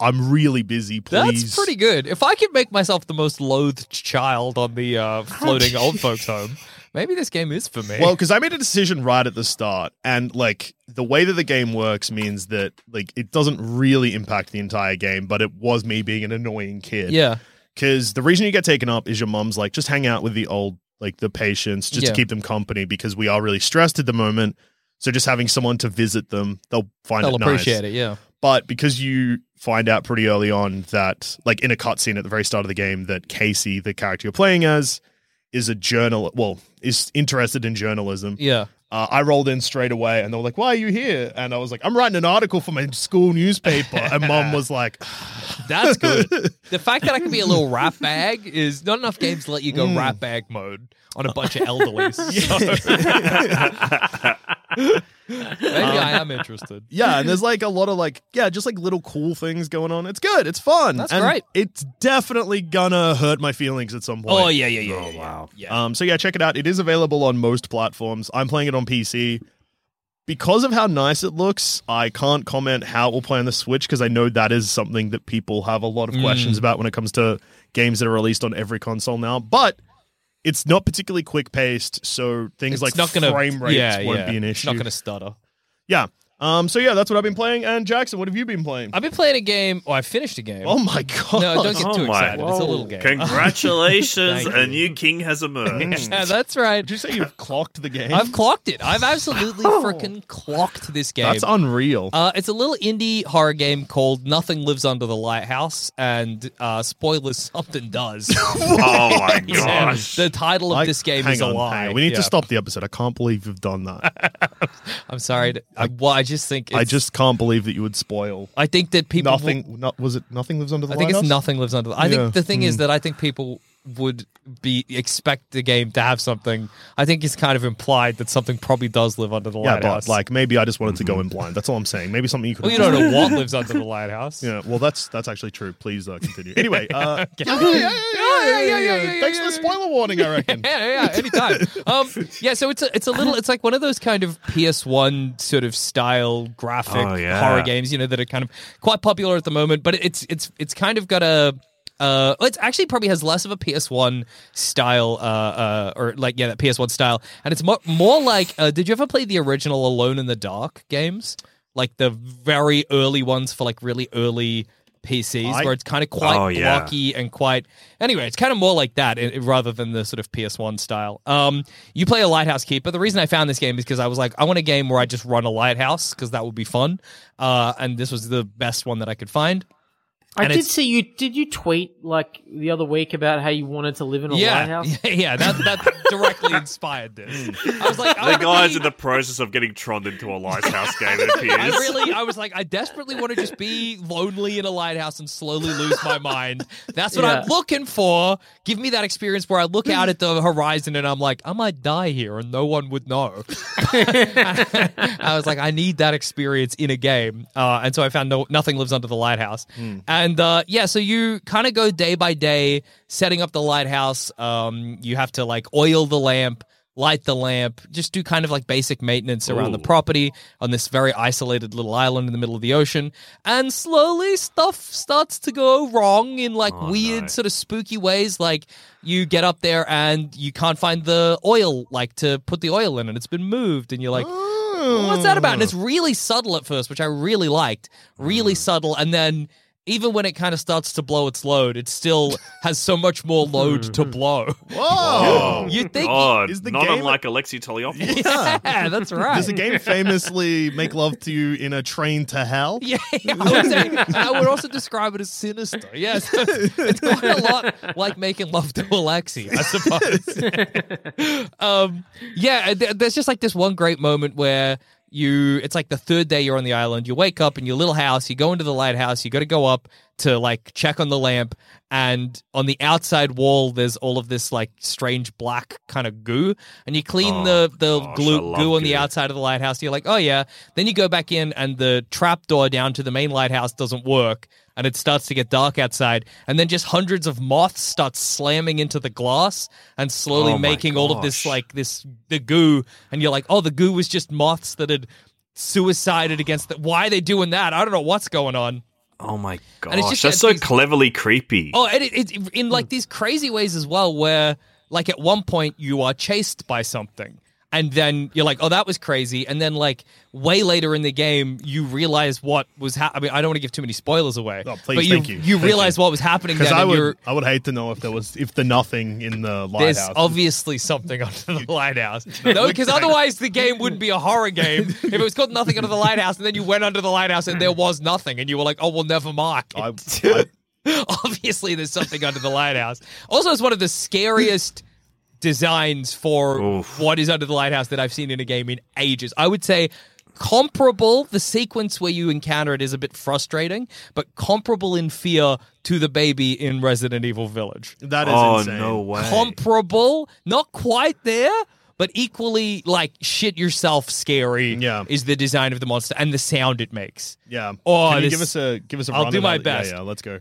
Speaker 5: I'm really busy. Please."
Speaker 6: That's pretty good. If I could make myself the most loathed child on the uh, floating old folks' home, maybe this game is for me.
Speaker 5: Well, because I made a decision right at the start, and like the way that the game works means that like it doesn't really impact the entire game, but it was me being an annoying kid.
Speaker 6: yeah,
Speaker 5: Because the reason you get taken up is your mum's like, just hang out with the old, like the patients, just
Speaker 6: Yeah.
Speaker 5: to keep them company because we are really stressed at the moment. So just having someone to visit them, they'll find
Speaker 6: they'll
Speaker 5: it nice.
Speaker 6: appreciate it. Yeah,
Speaker 5: But because you find out pretty early on that, like in a cutscene at the very start of the game, that Casey, the character you're playing as, is a journal. Well, is interested in journalism.
Speaker 6: yeah.
Speaker 5: Uh, I rolled in straight away, and they were like, "Why are you here?" And I was like, "I'm writing an article for my school newspaper." And mom was like,
Speaker 6: <laughs> That's good. <laughs> the fact that I can be a little rat bag is not enough games let you go rat bag mode on a bunch
Speaker 5: <laughs>
Speaker 6: of elderlies. So maybe I am interested.
Speaker 5: <laughs> "Yeah." And there's like a lot of like, yeah, just like little cool things going on. It's good. It's fun.
Speaker 6: That's
Speaker 5: and
Speaker 6: great.
Speaker 5: It's definitely gonna hurt my feelings at some point.
Speaker 6: Oh yeah, yeah, yeah. yeah, yeah. Yeah.
Speaker 5: Um, so yeah, check it out. It is available on most platforms. I'm playing it on PC. Because of how nice it looks, I can't comment how it will play on the Switch because I know that is something that people have a lot of questions
Speaker 6: Mm.
Speaker 5: about when it comes to games that are released on every console now. But it's not particularly quick paced, so things
Speaker 6: It's
Speaker 5: like
Speaker 6: not gonna,
Speaker 5: frame rates
Speaker 6: yeah,
Speaker 5: won't
Speaker 6: yeah.
Speaker 5: be an
Speaker 6: It's
Speaker 5: issue.
Speaker 6: not going to stutter.
Speaker 5: yeah. Um. So yeah, that's what I've been playing. And Jackson, what have you been playing?
Speaker 6: I've been playing a game. Oh, I finished a game.
Speaker 5: oh my <laughs> god!
Speaker 6: no, don't get
Speaker 3: Oh
Speaker 6: too
Speaker 3: my-
Speaker 6: excited. It's
Speaker 7: Whoa.
Speaker 6: a little game.
Speaker 3: Congratulations,
Speaker 6: <laughs> Thank
Speaker 3: a
Speaker 6: you.
Speaker 3: new king
Speaker 6: <laughs>
Speaker 3: has emerged.
Speaker 6: yeah, that's right.
Speaker 5: Did you say you've clocked the game?
Speaker 6: I've clocked
Speaker 5: <laughs>
Speaker 6: it. I've absolutely freaking clocked this game.
Speaker 5: that's unreal.
Speaker 6: Uh, it's a little indie horror game called Nothing Lives Under the Lighthouse, and uh, spoilers, <laughs>
Speaker 5: <laughs>
Speaker 6: something does.
Speaker 3: <laughs> oh
Speaker 6: <laughs>
Speaker 3: my gosh.
Speaker 6: the title of
Speaker 5: I-
Speaker 6: this game
Speaker 5: hang
Speaker 6: is
Speaker 5: on,
Speaker 6: a lie.
Speaker 5: hang on. We need
Speaker 6: Yeah.
Speaker 5: to stop the episode. I can't believe you've done
Speaker 6: <laughs>
Speaker 5: that.
Speaker 6: I'm sorry. to- I, well, I just think
Speaker 5: I
Speaker 6: it's-
Speaker 5: just can't believe that you would spoil
Speaker 6: I think that people will-
Speaker 5: nothing. no- was it nothing lives under the
Speaker 6: I think it's
Speaker 5: lighthouse?
Speaker 6: nothing lives under. The, I
Speaker 5: Yeah. Hmm.
Speaker 6: think the thing is that I think people would be expect the game to have something. I think it's kind of implied that something probably does live under the
Speaker 5: Yeah,
Speaker 6: lighthouse. Mm-hmm.
Speaker 5: but like maybe I just wanted to go in blind. That's all I'm saying. Maybe something you could.
Speaker 6: well, you don't
Speaker 5: <laughs>
Speaker 6: know what lives under the lighthouse.
Speaker 5: Yeah, well, that's that's actually true. Please uh, continue.
Speaker 6: <laughs>
Speaker 5: Anyway, uh, <laughs> yeah, yeah, yeah, yeah, yeah, yeah, thanks for the spoiler warning. I reckon.
Speaker 6: <laughs> Yeah, yeah, yeah, anytime. Um, yeah, so it's a, it's a little, it's like one of those kind of PS1 sort of style graphic
Speaker 3: Oh, yeah.
Speaker 6: horror games, you know, that are kind of quite popular at the moment. But it's it's it's kind of got a. Uh, it actually probably has less of a PS1 style, uh, uh, or like yeah, that PS1 style, and it's more, more like. Uh, did you ever play the original Alone in the Dark games, like the very early ones for like really early PCs,
Speaker 5: I-
Speaker 6: where it's kind of quite
Speaker 3: Oh, yeah.
Speaker 6: blocky and quite anyway it's kind of more like that eh, rather than the sort of ps1 style um, you play a lighthouse keeper the reason i found this game is because i was like i want a game where i just run a lighthouse because that would be fun uh, and this was the best one that i could find
Speaker 7: I
Speaker 6: And
Speaker 7: did
Speaker 6: it's-
Speaker 7: see you. Did you tweet like the other week about how you wanted to live in a
Speaker 6: yeah,
Speaker 7: lighthouse?
Speaker 6: <laughs> yeah, yeah, that that directly inspired this. I was like, "Ah, I
Speaker 3: The
Speaker 6: wanna
Speaker 3: guy's
Speaker 6: be-
Speaker 3: in the process of getting tronned into a lighthouse game, it appears.
Speaker 6: <laughs> I really, I was like, I desperately want to just be lonely in a lighthouse and slowly lose my mind. That's what I'm
Speaker 7: Yeah.
Speaker 6: looking for. Give me that experience where I look out at the horizon and I'm like, I might die here and no one would know. I was like, I need that experience in a game. Uh, and so I found no, nothing lives under the lighthouse.
Speaker 3: Hmm.
Speaker 6: And uh, yeah, so you kind of go day by day setting up the lighthouse. Um, you have to like oil the lamp. Light the lamp, just do kind of like basic maintenance around the
Speaker 3: Ooh.
Speaker 6: property on this very isolated little island in the middle of the ocean. And slowly stuff starts to go wrong in like
Speaker 3: Oh,
Speaker 6: weird
Speaker 3: no.
Speaker 6: sort of spooky ways. Like you get up there and you can't find the oil, like to put the oil in, and it's been moved. And you're like, what's that about? And it's really subtle at first, which I really liked. Really subtle. And then even when it kind of starts to blow its load, it still has so much more load to blow. <laughs>
Speaker 5: Whoa!
Speaker 6: You think-
Speaker 3: Oh, God,
Speaker 5: Is the
Speaker 3: not
Speaker 5: game-
Speaker 3: unlike Alexi
Speaker 6: <laughs>
Speaker 3: Toliopoulos.
Speaker 5: Yeah.
Speaker 6: yeah, that's right.
Speaker 5: Does the game famously make love to you in a train to hell?
Speaker 6: <laughs> Yeah, I would, say, I would also describe it as sinister. <laughs> Yes, it's, it's quite a lot like making love to Alexi, I suppose. <laughs> um, yeah, th- there's just like this one great moment where you, it's like the third day you're on the island. You wake up in your little house. You go into the lighthouse. You got to go up to like check on the lamp, and on the outside wall, there's all of this like strange black kind of goo, and you clean
Speaker 3: Oh,
Speaker 6: the the
Speaker 3: gosh, I
Speaker 6: glue
Speaker 3: love
Speaker 6: goo on the
Speaker 3: goo.
Speaker 6: outside outside of the lighthouse. You're like, oh yeah. Then you go back in, and the trap door down to the main lighthouse doesn't work, and it starts to get dark outside. And then just hundreds of moths start slamming into the glass and slowly
Speaker 3: Oh, my
Speaker 6: making all of this
Speaker 3: gosh.
Speaker 6: like this the goo. And you're like, oh, the goo was just moths that had suicided against the why are they doing that i don't know what's going on
Speaker 3: Oh my gosh,
Speaker 6: it's just
Speaker 3: that's
Speaker 6: that
Speaker 3: so
Speaker 6: these-
Speaker 3: cleverly creepy.
Speaker 6: Oh, and it, it, in like
Speaker 5: Hmm.
Speaker 6: these crazy ways as well, where like at one point you are chased by something. And then you're like, oh, that was crazy. And then, like, way later in the game, you realize what was happening. I mean, I don't want to give too many spoilers away.
Speaker 5: Oh, please,
Speaker 6: but
Speaker 5: thank you,
Speaker 6: You
Speaker 5: thank
Speaker 6: realize
Speaker 5: you.
Speaker 6: what was happening
Speaker 5: Because
Speaker 6: then.
Speaker 5: I
Speaker 6: and
Speaker 5: would,
Speaker 6: you're,
Speaker 5: I would hate to know if there was if the nothing in the
Speaker 6: there's
Speaker 5: lighthouse.
Speaker 6: obviously something
Speaker 5: <laughs>
Speaker 6: under the lighthouse. No, because
Speaker 5: kinda-
Speaker 6: otherwise the game wouldn't be a horror game if it was called Nothing Under the Lighthouse. And then you went under the lighthouse and there was nothing. And you were like, oh, well, never mind. <laughs>
Speaker 5: I, I,
Speaker 6: obviously there's something under the lighthouse. Also, it's one of the scariest designs for
Speaker 3: Oof.
Speaker 6: what is under the lighthouse that I've seen in a game in ages. I would say comparable. The sequence where you encounter it is a bit frustrating, but comparable in fear to the baby in Resident Evil Village.
Speaker 5: that is
Speaker 3: Oh,
Speaker 5: insane.
Speaker 3: no way.
Speaker 6: Comparable, not quite there. But equally, like shit yourself, scary
Speaker 5: Yeah.
Speaker 6: is the design of the monster and the sound it makes. <laughs>
Speaker 5: Yeah.
Speaker 6: Oh,
Speaker 5: Can you
Speaker 6: this-
Speaker 5: give us a give us a.
Speaker 6: I'll
Speaker 5: run
Speaker 6: do
Speaker 5: of
Speaker 6: my
Speaker 5: that? Yeah,
Speaker 6: best.
Speaker 5: Yeah, let's go.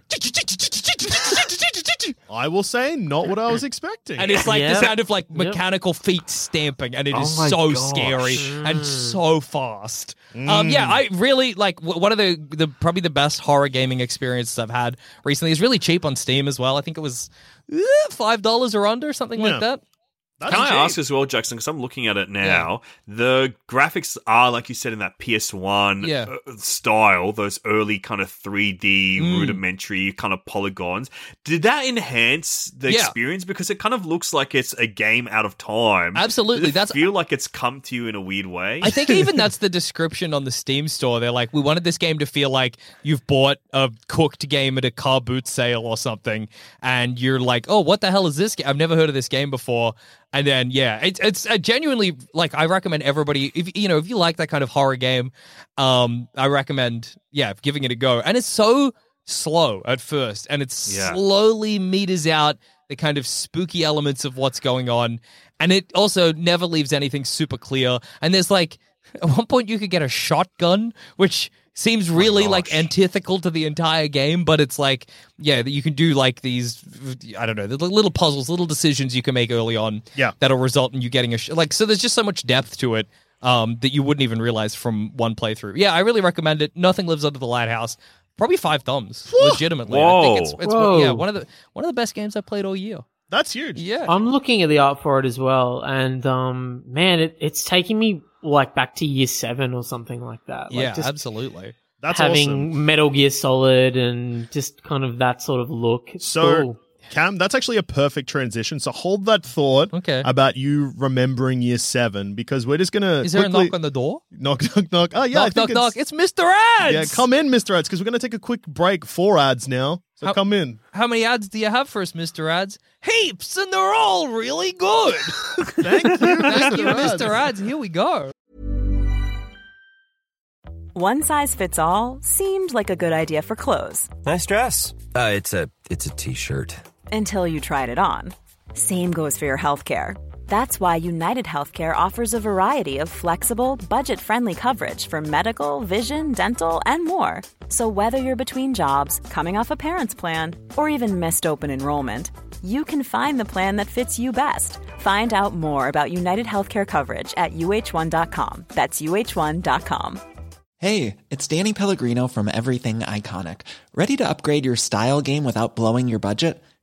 Speaker 5: I will say, not what
Speaker 6: <laughs>
Speaker 5: I was expecting.
Speaker 6: And it's like
Speaker 7: Yeah.
Speaker 6: the sound of like mechanical feet stamping, and it
Speaker 3: Oh
Speaker 6: is
Speaker 3: my
Speaker 6: so
Speaker 3: gosh. Mm.
Speaker 6: scary and so fast. Um, yeah, I really like w- one of the, the probably the best horror gaming experiences I've had recently. It's really cheap on Steam as well. I think it was eh, five dollars or under, something
Speaker 5: Yeah.
Speaker 6: like that.
Speaker 5: That's
Speaker 3: Can I
Speaker 5: cheap.
Speaker 3: ask as well, Jackson? Because I'm looking at it now. The graphics are, like you said, in that PS1
Speaker 6: Yeah.
Speaker 3: uh, style, those early kind of 3D
Speaker 6: Mm.
Speaker 3: rudimentary kind of polygons. Did that enhance the
Speaker 6: Yeah.
Speaker 3: experience? Because it kind of looks like it's a game out of time.
Speaker 6: Absolutely,
Speaker 3: Does it
Speaker 6: that's-
Speaker 3: feel like it's come to you in a weird way.
Speaker 6: I think
Speaker 3: <laughs>
Speaker 6: even that's the description on the Steam store. They're like, we wanted this game to feel like you've bought a cooked game at a car boot sale or something, and you're like, oh, what the hell is this? Game? I've never heard of this game before. And then yeah, it's it's a genuinely like I recommend everybody if you know if you like that kind of horror game, um, I recommend yeah giving it a go. And it's so slow at first, and it's
Speaker 3: Yeah.
Speaker 6: slowly meters out the kind of spooky elements of what's going on. And it also never leaves anything super clear. And there's like, <laughs> at one point, you could get a shotgun, which seems really like antithetical to the entire game, but it's like, yeah, that you can do like these, I don't know, the little puzzles, little decisions you can make early on
Speaker 5: Yeah.
Speaker 6: that'll result in you getting a, sh- like, so there's just so much depth to it. Um, that you wouldn't even realize from one playthrough. Yeah, I really recommend it. Nothing lives under the lighthouse. Probably five thumbs, legitimately. I think it's,
Speaker 3: Whoa.
Speaker 6: it's one, yeah
Speaker 7: Whoa.
Speaker 6: one of the one of the best games I've played all year.
Speaker 5: That's huge.
Speaker 6: Yeah,
Speaker 7: I'm looking at the art for it as well, and um, man, it, it's taking me like back to year seven or something like that. Like,
Speaker 6: yeah,
Speaker 7: just
Speaker 6: absolutely.
Speaker 5: That's
Speaker 7: having
Speaker 5: awesome.
Speaker 7: Metal Gear Solid and just kind of that sort of look. It's
Speaker 5: So,
Speaker 7: cool.
Speaker 5: Cam, that's actually a perfect transition. So hold that thought
Speaker 6: Okay.
Speaker 5: about you remembering year seven because we're just going to
Speaker 6: Is there
Speaker 5: quickly...
Speaker 6: a knock on the door?
Speaker 5: <laughs> knock, knock, knock. Oh, yeah. I
Speaker 6: knock,
Speaker 5: think
Speaker 6: knock,
Speaker 5: it's...
Speaker 6: knock. It's Mr. Ads.
Speaker 5: Yeah, come in, Mr. Ads, because we're going to take a quick break for ads now. So
Speaker 6: How-
Speaker 5: come in.
Speaker 6: How many ads do you have for us, Mr. Ads? Heaps, and they're all
Speaker 5: <laughs>
Speaker 6: really good.
Speaker 5: Thank you,
Speaker 6: <laughs> Thank you, Mr. Ads. Here we go.
Speaker 8: One size fits all seemed like a good idea for clothes
Speaker 9: Nice dress. Uh, it's a it's a t-shirt.
Speaker 8: until you tried it on. Same goes for your healthcare. That's why United Healthcare offers a variety of flexible, budget friendly coverage for medical, vision, dental, and more. So, whether you're between jobs, coming off a parent's plan, or even missed open enrollment, you can find the plan that fits you best. Find out more about United Healthcare coverage at uh1.com. That's uh1.com.
Speaker 10: Hey, it's Danny Pellegrino from Everything Iconic. Ready to upgrade your style game without blowing your budget?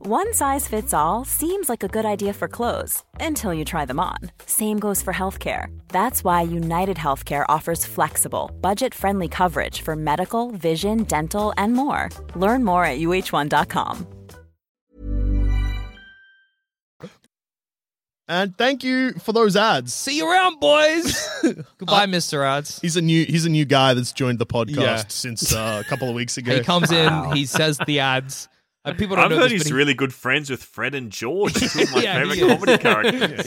Speaker 8: One size fits all seems like a good idea for clothes until you try them on. Same goes for healthcare. That's why United Healthcare offers flexible, budget friendly coverage for medical, vision, dental, and more. Learn more at uh1.com.
Speaker 5: And thank you for those ads.
Speaker 6: See you around, boys.
Speaker 5: <laughs>
Speaker 6: Goodbye, Mr. Ads.
Speaker 5: He's a new he's a new guy that's joined the podcast
Speaker 6: Yeah.
Speaker 5: since uh, a couple of weeks ago.
Speaker 6: He comes in, he says the ads. Uh, people don't
Speaker 3: I've
Speaker 6: know
Speaker 3: heard
Speaker 6: this,
Speaker 3: he's
Speaker 6: but he-
Speaker 3: really good friends with Fred and George, two of
Speaker 6: <laughs>
Speaker 3: my
Speaker 6: Yeah, he
Speaker 3: favorite
Speaker 5: <laughs>
Speaker 6: is.
Speaker 3: comedy characters.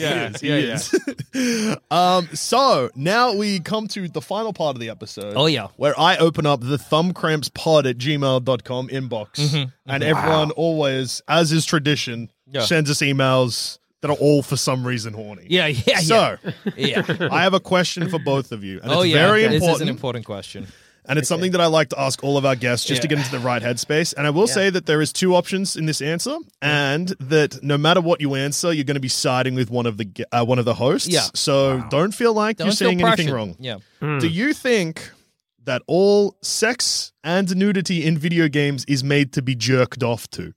Speaker 6: <laughs> Yeah,
Speaker 5: He
Speaker 6: yeah,
Speaker 5: is, he
Speaker 6: <laughs>
Speaker 5: is. um, so now we come to the final part of the episode.
Speaker 6: Oh, yeah.
Speaker 5: Where I open up the thumbcrampspod at gmail.com inbox.
Speaker 6: Mm-hmm.
Speaker 5: And everyone always, as is tradition,
Speaker 6: Yeah.
Speaker 5: sends us emails that are all for some reason horny.
Speaker 6: Yeah, yeah, yeah.
Speaker 5: So <laughs>
Speaker 6: yeah.
Speaker 5: I have a question for both of you. And
Speaker 6: oh
Speaker 5: it's
Speaker 6: yeah,
Speaker 5: very
Speaker 6: okay.
Speaker 5: important.
Speaker 6: This is an important question.
Speaker 5: And it's something that I like to ask all of our guests just to
Speaker 6: Yeah.
Speaker 5: get into the right headspace. And I will say that there is two options in this answer, and that no matter what you answer, you're going to be siding with one of the gu- uh, one of the hosts.
Speaker 6: Yeah.
Speaker 5: So don't feel like
Speaker 6: Don't
Speaker 5: you're
Speaker 6: feel
Speaker 5: saying anything
Speaker 6: pressured.
Speaker 5: wrong.
Speaker 6: Yeah.
Speaker 7: Hmm.
Speaker 5: Do you think that all sex and nudity in video games is made to be jerked off to?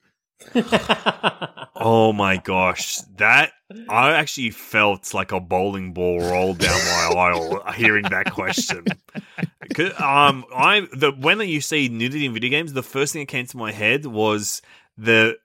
Speaker 7: <laughs>
Speaker 3: Oh my gosh, that I actually felt like a bowling ball rolled down
Speaker 6: <laughs>
Speaker 3: my aisle hearing that question. 'Cause, Um, I the when you say nudity in video games, the first thing that came to my head was the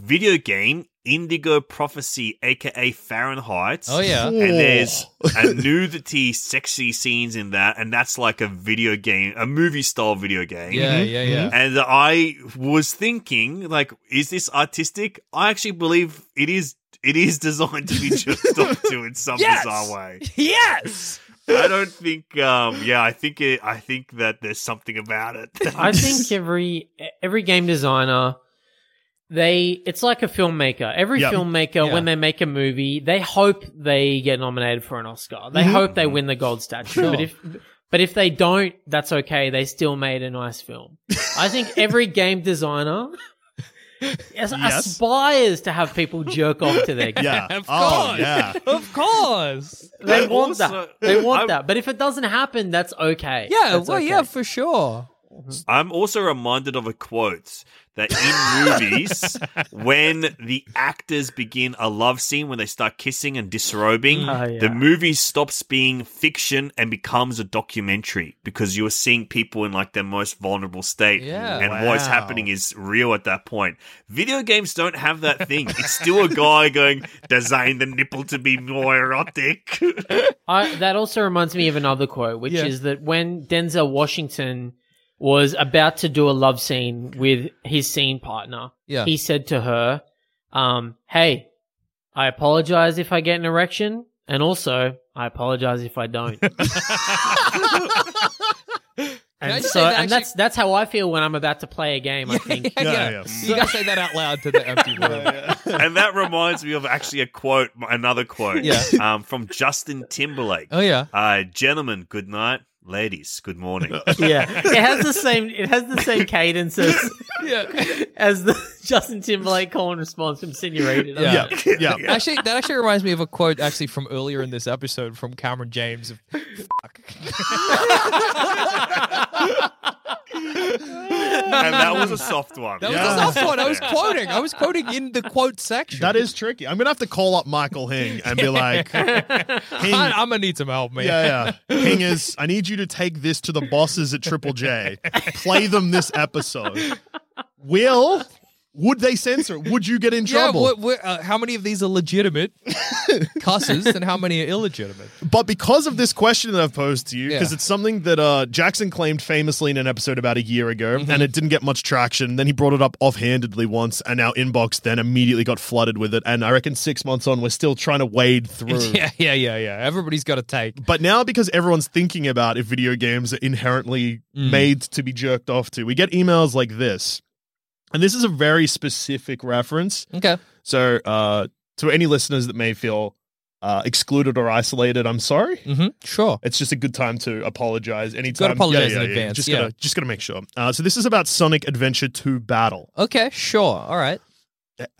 Speaker 3: video game Indigo Prophecy, aka Fahrenheit.
Speaker 6: Oh
Speaker 5: <laughs>
Speaker 6: yeah.
Speaker 3: And there's a nudity, sexy scenes in that, and that's like a video game, a movie style video game.
Speaker 6: Yeah,
Speaker 5: Mm-hmm.
Speaker 6: yeah, yeah.
Speaker 3: And I was thinking, like, is this artistic? I actually believe it is. It is <laughs> designed to be jerked off to in some
Speaker 6: Yes!
Speaker 3: bizarre way.
Speaker 6: Yes.
Speaker 3: I don't think. Um, yeah, I think. It, I think that there's something about it.
Speaker 6: <laughs>
Speaker 7: I think every every game designer they it's like a filmmaker. Every
Speaker 5: Yep.
Speaker 7: filmmaker
Speaker 6: Yeah.
Speaker 7: when they make a movie, they hope they get nominated for an Oscar. They hope they win the gold statue. But if but if they don't, that's okay. They still made a nice film. I think every game
Speaker 6: <laughs>
Speaker 7: designer as-
Speaker 5: Yes.
Speaker 7: aspires to have people jerk off
Speaker 6: <laughs>
Speaker 7: to their game.
Speaker 5: Yeah.
Speaker 6: Of
Speaker 5: oh,
Speaker 6: course.
Speaker 5: yeah.
Speaker 6: Of <laughs> course.
Speaker 7: They
Speaker 3: And
Speaker 7: want
Speaker 3: also-
Speaker 7: that. They want
Speaker 3: I'm-
Speaker 7: that. But if it doesn't happen, that's okay.
Speaker 6: Yeah.
Speaker 7: That's
Speaker 6: well,
Speaker 7: okay.
Speaker 6: yeah, for sure.
Speaker 3: I'm also reminded of a quote that in movies, when the actors begin a love scene, when they start kissing and disrobing,
Speaker 7: Oh, yeah.
Speaker 3: the movie stops being fiction and becomes a documentary because you are seeing people in like their most vulnerable state.
Speaker 6: Yeah.
Speaker 3: And what's
Speaker 5: Wow.
Speaker 3: happening is real at that point. Video games don't have that thing. It's still a guy going, design the nipple to be more erotic.
Speaker 7: I, that also reminds me of another quote, which
Speaker 5: Yeah.
Speaker 7: is that when Denzel Washington was about to do a love scene with his scene partner,
Speaker 6: Yeah.
Speaker 7: he said to her, um, "Hey, I apologize if I get an erection, and also I apologize if I don't."
Speaker 6: I
Speaker 7: and
Speaker 6: just
Speaker 7: so,
Speaker 6: say that
Speaker 7: and that's
Speaker 6: actually-
Speaker 7: that's how I feel when I'm about to play a game. I
Speaker 6: <laughs>
Speaker 7: think.
Speaker 6: yeah,
Speaker 5: Yeah,
Speaker 6: yeah.
Speaker 5: yeah.
Speaker 6: You gotta say that out loud to the <laughs> empty room.
Speaker 3: and that reminds me of actually a quote, another quote
Speaker 6: Yeah.
Speaker 3: um, from Justin Timberlake.
Speaker 6: Oh yeah.
Speaker 3: Uh, gentlemen, good night. Ladies, good morning.
Speaker 7: Yeah, it has the same. It has the same cadence as,
Speaker 6: Oh, Yeah.
Speaker 7: as the <laughs> Justin Timberlake call and response from Senorita. doesn't
Speaker 6: <laughs> Yeah.
Speaker 7: it?
Speaker 5: yeah, yeah.
Speaker 6: <laughs> Actually, that actually reminds me of a quote actually from earlier in this episode from Cameron James. Of,
Speaker 3: and that was a soft one.
Speaker 5: <laughs>
Speaker 6: that
Speaker 5: Yeah.
Speaker 6: was the last one I was
Speaker 3: Yeah.
Speaker 6: quoting. I was quoting in the quote section.
Speaker 5: That is tricky. I'm gonna have to call up Michael Hing and
Speaker 6: <laughs>
Speaker 5: be like, Hing,
Speaker 6: I, am gonna need some help, man.
Speaker 5: yeah, yeah. Hingers, I need you to take this to the bosses at Triple J. Play them this episode. Will would they censor? it? Would you get in
Speaker 6: Yeah,
Speaker 5: trouble?
Speaker 6: what- what- uh, how many of these are
Speaker 5: <laughs>
Speaker 6: legitimate cusses and how many are illegitimate?
Speaker 5: But because of this question that I've posed to you, because
Speaker 6: Yeah.
Speaker 5: it's something that uh, Jackson claimed famously in an episode about a year ago,
Speaker 6: Mm-hmm.
Speaker 5: and it didn't get much traction. Then he brought it up offhandedly once, and our inbox then immediately got flooded with it. And I reckon six months on, we're still trying to wade through.
Speaker 6: <laughs> Yeah, yeah, yeah, yeah. Everybody's got a take.
Speaker 5: But now, because everyone's thinking about if video games are inherently
Speaker 6: Mm.
Speaker 5: made to be jerked off to, we get emails like this. And this is a very specific reference.
Speaker 6: Okay.
Speaker 5: So, uh, to any listeners that may feel uh, excluded or isolated, I'm sorry.
Speaker 6: Mm-hmm. Sure.
Speaker 5: It's just a good time to apologize anytime.
Speaker 6: apologize in advance,
Speaker 5: Just
Speaker 6: yeah.
Speaker 5: gotta just gotta make sure. Uh, so this is about Sonic Adventure 2 Battle.
Speaker 6: Okay. Sure. All right.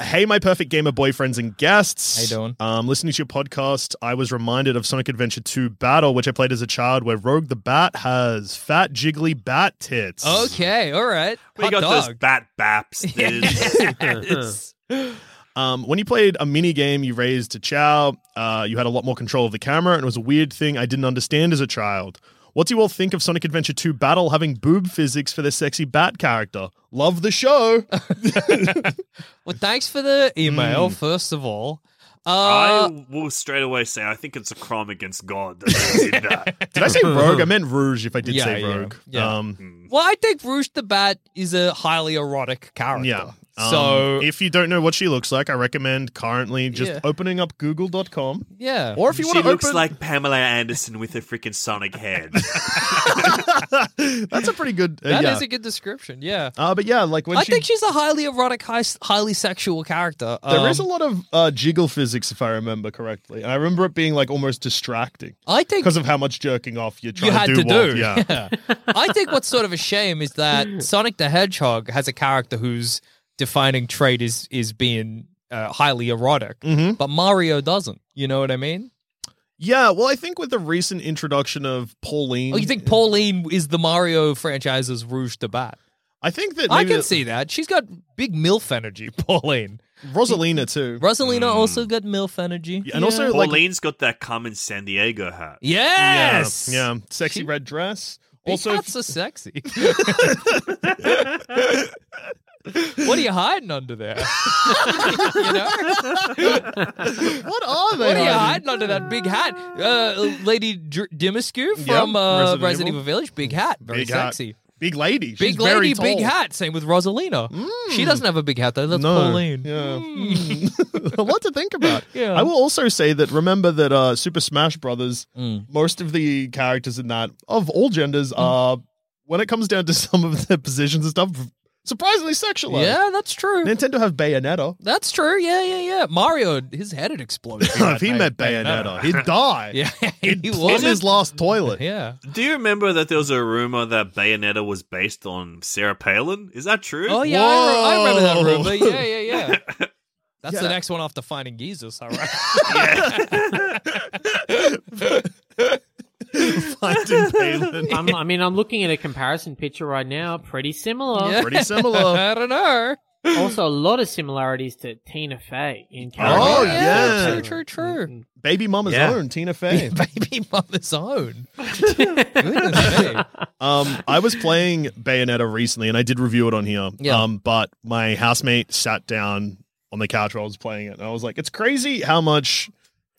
Speaker 5: Hey, my perfect gamer boyfriends and guests.
Speaker 6: How you doing?
Speaker 5: Um, listening to your podcast, I was reminded of Sonic Adventure 2 Battle, which I played as a child, where Rogue the Bat has fat, jiggly bat tits. <laughs>
Speaker 6: Okay. All right.
Speaker 3: We
Speaker 6: Hot
Speaker 3: got those
Speaker 6: dog.
Speaker 3: bat baps. There's-
Speaker 6: <laughs> Yes.
Speaker 5: Um, when you played a mini game, you raised a chow. Uh, you had a lot more control of the camera, and it was a weird thing I didn't understand as a child. What do you all think of Sonic Adventure 2 Battle having boob physics for their sexy bat character? Love the
Speaker 6: <laughs>
Speaker 5: show.
Speaker 6: Well, thanks for the email.
Speaker 5: Hmm.
Speaker 6: First of all, uh,
Speaker 3: I will straight away say I think it's a crime against God that they did
Speaker 6: <laughs>
Speaker 3: that.
Speaker 5: Did I say rogue? I meant rouge. If I did
Speaker 6: Yeah,
Speaker 5: say
Speaker 6: yeah,
Speaker 5: rogue,
Speaker 6: yeah. Mm.
Speaker 5: Um,
Speaker 6: well, I think Rouge the Bat is a highly erotic character.
Speaker 5: yeah. Um,
Speaker 6: So
Speaker 5: if you don't know what she looks like, I recommend currently just
Speaker 6: Yeah.
Speaker 5: opening up Google.com.
Speaker 6: yeah.
Speaker 5: Or if you
Speaker 3: She
Speaker 5: want to
Speaker 3: looks
Speaker 5: open,
Speaker 3: like Pamela Anderson with her freaking
Speaker 6: <laughs>
Speaker 3: sonic head.
Speaker 5: <laughs> that's a pretty good. Uh,
Speaker 6: That is
Speaker 5: yeah.
Speaker 6: a good description. Yeah.
Speaker 5: uh, but yeah, like when
Speaker 6: I
Speaker 5: she,
Speaker 6: think she's a highly erotic, high, highly sexual character.
Speaker 5: there is a
Speaker 6: Um,
Speaker 5: lot of uh, jiggle physics, if I remember correctly, and I remember it being like almost distracting
Speaker 6: I think
Speaker 5: because of how much jerking off you're
Speaker 6: you
Speaker 5: trying
Speaker 6: had
Speaker 5: to
Speaker 6: to
Speaker 5: do. while-
Speaker 6: do. <laughs>
Speaker 5: Yeah.
Speaker 6: I think what's sort of a shame is
Speaker 3: <laughs>
Speaker 6: that Sonic the Hedgehog has a character whose defining trait is is being uh, highly erotic,
Speaker 5: Mhm.
Speaker 6: but Mario doesn't. You know what I mean?
Speaker 5: yeah. Well, I think with the recent introduction of Pauline,
Speaker 6: Oh, you think Pauline is the Mario franchise's Rouge de Bat?
Speaker 5: I think that
Speaker 6: I
Speaker 5: maybe
Speaker 6: can
Speaker 5: that-
Speaker 6: see that. She's got big MILF energy, <laughs> Pauline.
Speaker 5: Rosalina too,
Speaker 6: Rosalina also got MILF energy.
Speaker 5: Hmm. and also like
Speaker 3: Pauline's got that come in San Diego hat.
Speaker 6: Yes!
Speaker 5: yeah, yeah, sexy
Speaker 6: She-
Speaker 5: red dress.
Speaker 6: Also,
Speaker 5: Also, <laughs>
Speaker 6: that's so sexy. what are you hiding under there? <laughs> you know?
Speaker 5: What are Oh, they?
Speaker 6: What are
Speaker 5: hiding?
Speaker 6: you hiding under that big hat? Uh, Lady Dr- Dimiscu
Speaker 5: Yep,
Speaker 6: from uh,
Speaker 5: Resident
Speaker 6: Resident,
Speaker 5: Evil.
Speaker 6: Evil. Village, big hat, very
Speaker 5: Big hat.
Speaker 6: sexy.
Speaker 5: Big lady. She's
Speaker 6: Big lady,
Speaker 5: very tall. Mm.
Speaker 6: big hat. Same with Rosalina. She doesn't have a big hat though. That's
Speaker 5: No.
Speaker 6: Pauline. Mm. Hmm.
Speaker 5: Yeah. <laughs> a lot to think about.
Speaker 6: <laughs> Yeah.
Speaker 5: I will also say that remember that uh, Super Smash Brothers,
Speaker 6: Hmm.
Speaker 5: most of the characters in that of all genders are, when it comes down to <laughs> some of the positions and stuff, surprisingly sexualized.
Speaker 6: Yeah, that's true.
Speaker 5: Nintendo have Bayonetta.
Speaker 6: That's true. Yeah, yeah, yeah. Mario, his head had exploded.
Speaker 5: <laughs> if he met Bayonetta, he'd die.
Speaker 6: <laughs> Yeah,
Speaker 5: He'd
Speaker 6: he
Speaker 5: plumb
Speaker 6: was.
Speaker 5: his last
Speaker 6: <laughs>
Speaker 5: toilet. <laughs>
Speaker 6: Yeah.
Speaker 3: Do you remember that there was a rumor that Bayonetta was based on Sarah Palin? Is that true?
Speaker 6: Oh yeah, I, re- I remember that
Speaker 5: Whoa.
Speaker 6: rumor. Yeah, yeah,
Speaker 5: <laughs>
Speaker 6: yeah. That's
Speaker 5: Yeah.
Speaker 6: the next one after finding Jesus.
Speaker 5: <laughs>
Speaker 6: <laughs> All right.
Speaker 5: Find Austin Palin.
Speaker 6: <laughs>
Speaker 7: I'm, I mean, I'm looking at a comparison picture right now. Pretty similar.
Speaker 5: Pretty similar.
Speaker 6: <laughs> I don't know.
Speaker 7: Also, a lot of similarities to Tina Fey in character.
Speaker 5: Oh,
Speaker 6: yeah.
Speaker 5: yeah.
Speaker 6: True, true, true.
Speaker 5: Baby mama's
Speaker 3: Yeah.
Speaker 5: own, Tina Fey.
Speaker 6: <laughs> Baby
Speaker 5: <laughs>
Speaker 6: mother's own. Goodness me.
Speaker 5: Um, I was playing Bayonetta recently, and I did review it on here.
Speaker 6: Yeah.
Speaker 5: Um, but my housemate sat down on the couch while I was playing it, and I was like, "It's crazy how much,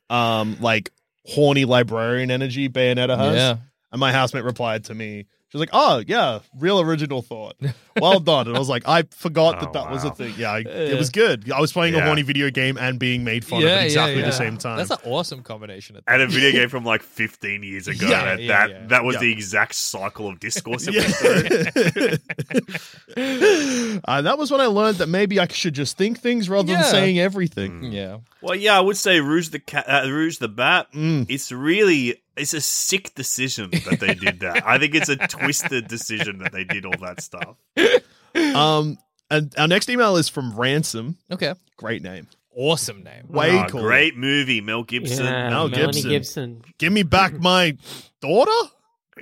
Speaker 5: um, like horny librarian energy Bayonetta has."
Speaker 6: Yeah.
Speaker 5: And my housemate replied to me, "She's like, oh yeah, real original thought. Well done." And I was like, "I forgot that
Speaker 3: <laughs> Oh,
Speaker 5: that was a
Speaker 3: wow.
Speaker 5: thing. Yeah, I, it was good. I was playing a
Speaker 3: Yeah.
Speaker 5: horny video game and being made fun of at exactly the same time.
Speaker 6: That's an awesome combination. At
Speaker 3: At a video game from like 15 years ago.
Speaker 5: Yeah,
Speaker 6: <laughs>
Speaker 3: that,
Speaker 6: yeah,
Speaker 3: that,
Speaker 6: yeah.
Speaker 3: that was
Speaker 5: Yeah.
Speaker 3: the exact cycle
Speaker 6: <laughs>
Speaker 3: of discourse. it
Speaker 5: Yeah.
Speaker 3: went through.
Speaker 5: <laughs> uh, that was when I learned that maybe I should just think things rather
Speaker 6: Yeah.
Speaker 5: than saying everything.
Speaker 6: yeah.
Speaker 3: Well, yeah, I would say Rouge the Cat, uh, Rouge the Bat.
Speaker 5: Mm.
Speaker 3: It's really it's a sick decision that they did that. I think it's a twisted decision that they did all that stuff. Mm.
Speaker 5: Um, and our next email is from Ransom.
Speaker 6: Okay.
Speaker 5: Great name.
Speaker 6: Awesome name.
Speaker 5: Way
Speaker 3: Ah,
Speaker 5: cool.
Speaker 3: Great movie, Mel Gibson.
Speaker 7: Yeah,
Speaker 5: Mel
Speaker 7: Melanie
Speaker 5: Gibson.
Speaker 7: Gibson.
Speaker 5: Give me back my daughter,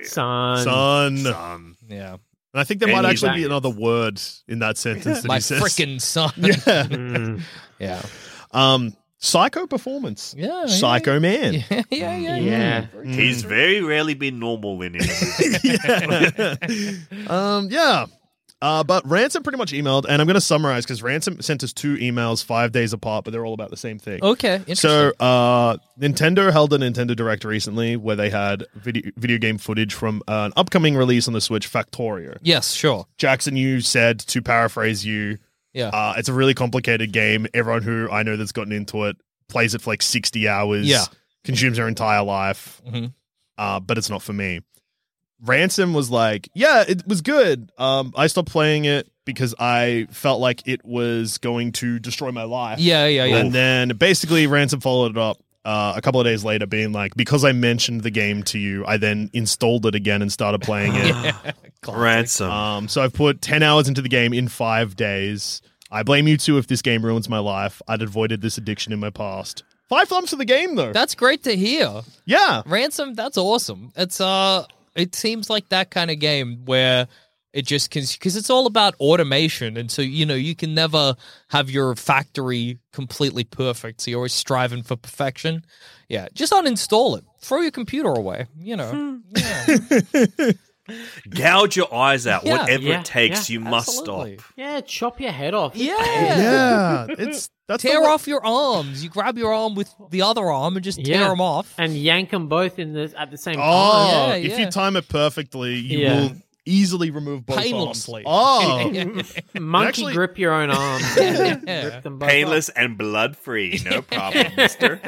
Speaker 7: Son.
Speaker 5: son. And
Speaker 3: Son.
Speaker 6: Yeah.
Speaker 5: I think there
Speaker 3: And
Speaker 5: might
Speaker 3: he's
Speaker 5: actually
Speaker 3: like-
Speaker 5: be another word in that sentence. <laughs> That
Speaker 6: My
Speaker 5: he says.
Speaker 6: freaking son.
Speaker 5: <laughs> yeah.
Speaker 7: Mm.
Speaker 6: Yeah.
Speaker 5: Um, psycho performance.
Speaker 6: Oh, Yeah.
Speaker 5: Psycho man.
Speaker 6: Yeah. Yeah. Yeah. yeah.
Speaker 7: Yeah.
Speaker 5: Mm.
Speaker 3: He's very rarely been normal in it.
Speaker 5: yeah. <laughs> um, yeah. Uh, but Ransom pretty much emailed, and I'm going to summarize because Ransom sent us two emails five days apart, but they're all about the same thing.
Speaker 6: Okay. Oh, Interesting.
Speaker 5: So, uh, Nintendo held a Nintendo Direct recently where they had video, video game footage from uh, an upcoming release on the Switch, Factorio.
Speaker 6: yes. Sure.
Speaker 5: Jackson, you said, to paraphrase you,
Speaker 6: Yeah.
Speaker 5: uh, it's a really complicated game. Everyone who I know that's gotten into it plays it for like 60 hours,
Speaker 6: Yeah.
Speaker 5: consumes their entire life,
Speaker 6: Mhm.
Speaker 5: uh, but it's not for me. Ransom was like, Yeah, it was good. Um, I stopped playing it because I felt like it was going to destroy my life.
Speaker 6: yeah. Yeah. Yeah. <laughs>
Speaker 5: And then basically, Ransom followed it up uh, a couple of days later, being like, Because I mentioned the game to you, I then installed it again and started playing it.
Speaker 3: Ransom.
Speaker 5: Um, so I've put 10 hours into the game in five days. I blame you too if this game ruins my life. I'd avoided this addiction in my past. Five thumbs for the game, though.
Speaker 6: That's great to hear.
Speaker 5: yeah.
Speaker 6: Ransom, that's awesome. It's uh, it seems like that kind of game where it just can because it's all about automation, and so you know you can never have your factory completely perfect. So you're always striving for perfection. Yeah, just uninstall it. Throw your computer away. You know. Yeah.
Speaker 3: Gouge your eyes out.
Speaker 6: Yeah,
Speaker 3: Whatever
Speaker 7: yeah,
Speaker 3: it takes,
Speaker 7: yeah,
Speaker 3: you must
Speaker 6: absolutely.
Speaker 3: stop.
Speaker 7: Yeah, chop your head off.
Speaker 6: Yeah.
Speaker 5: Yeah. <laughs> It's that's the
Speaker 6: Tear
Speaker 5: way-
Speaker 6: off your arms. You grab your arm with the other arm and just tear
Speaker 7: Yeah. <laughs>
Speaker 6: them off.
Speaker 7: And yank them both in the, at the same time.
Speaker 5: Oh,
Speaker 6: Yeah,
Speaker 5: if
Speaker 6: yeah.
Speaker 5: you time it perfectly, you
Speaker 7: Yeah.
Speaker 5: will easily remove both
Speaker 6: Painlessly. <laughs>
Speaker 5: arms. Oh,
Speaker 7: Monkey
Speaker 5: Actually-
Speaker 7: grip your own <laughs> arm. Rip them both
Speaker 3: Painless and blood free. No problem, mister.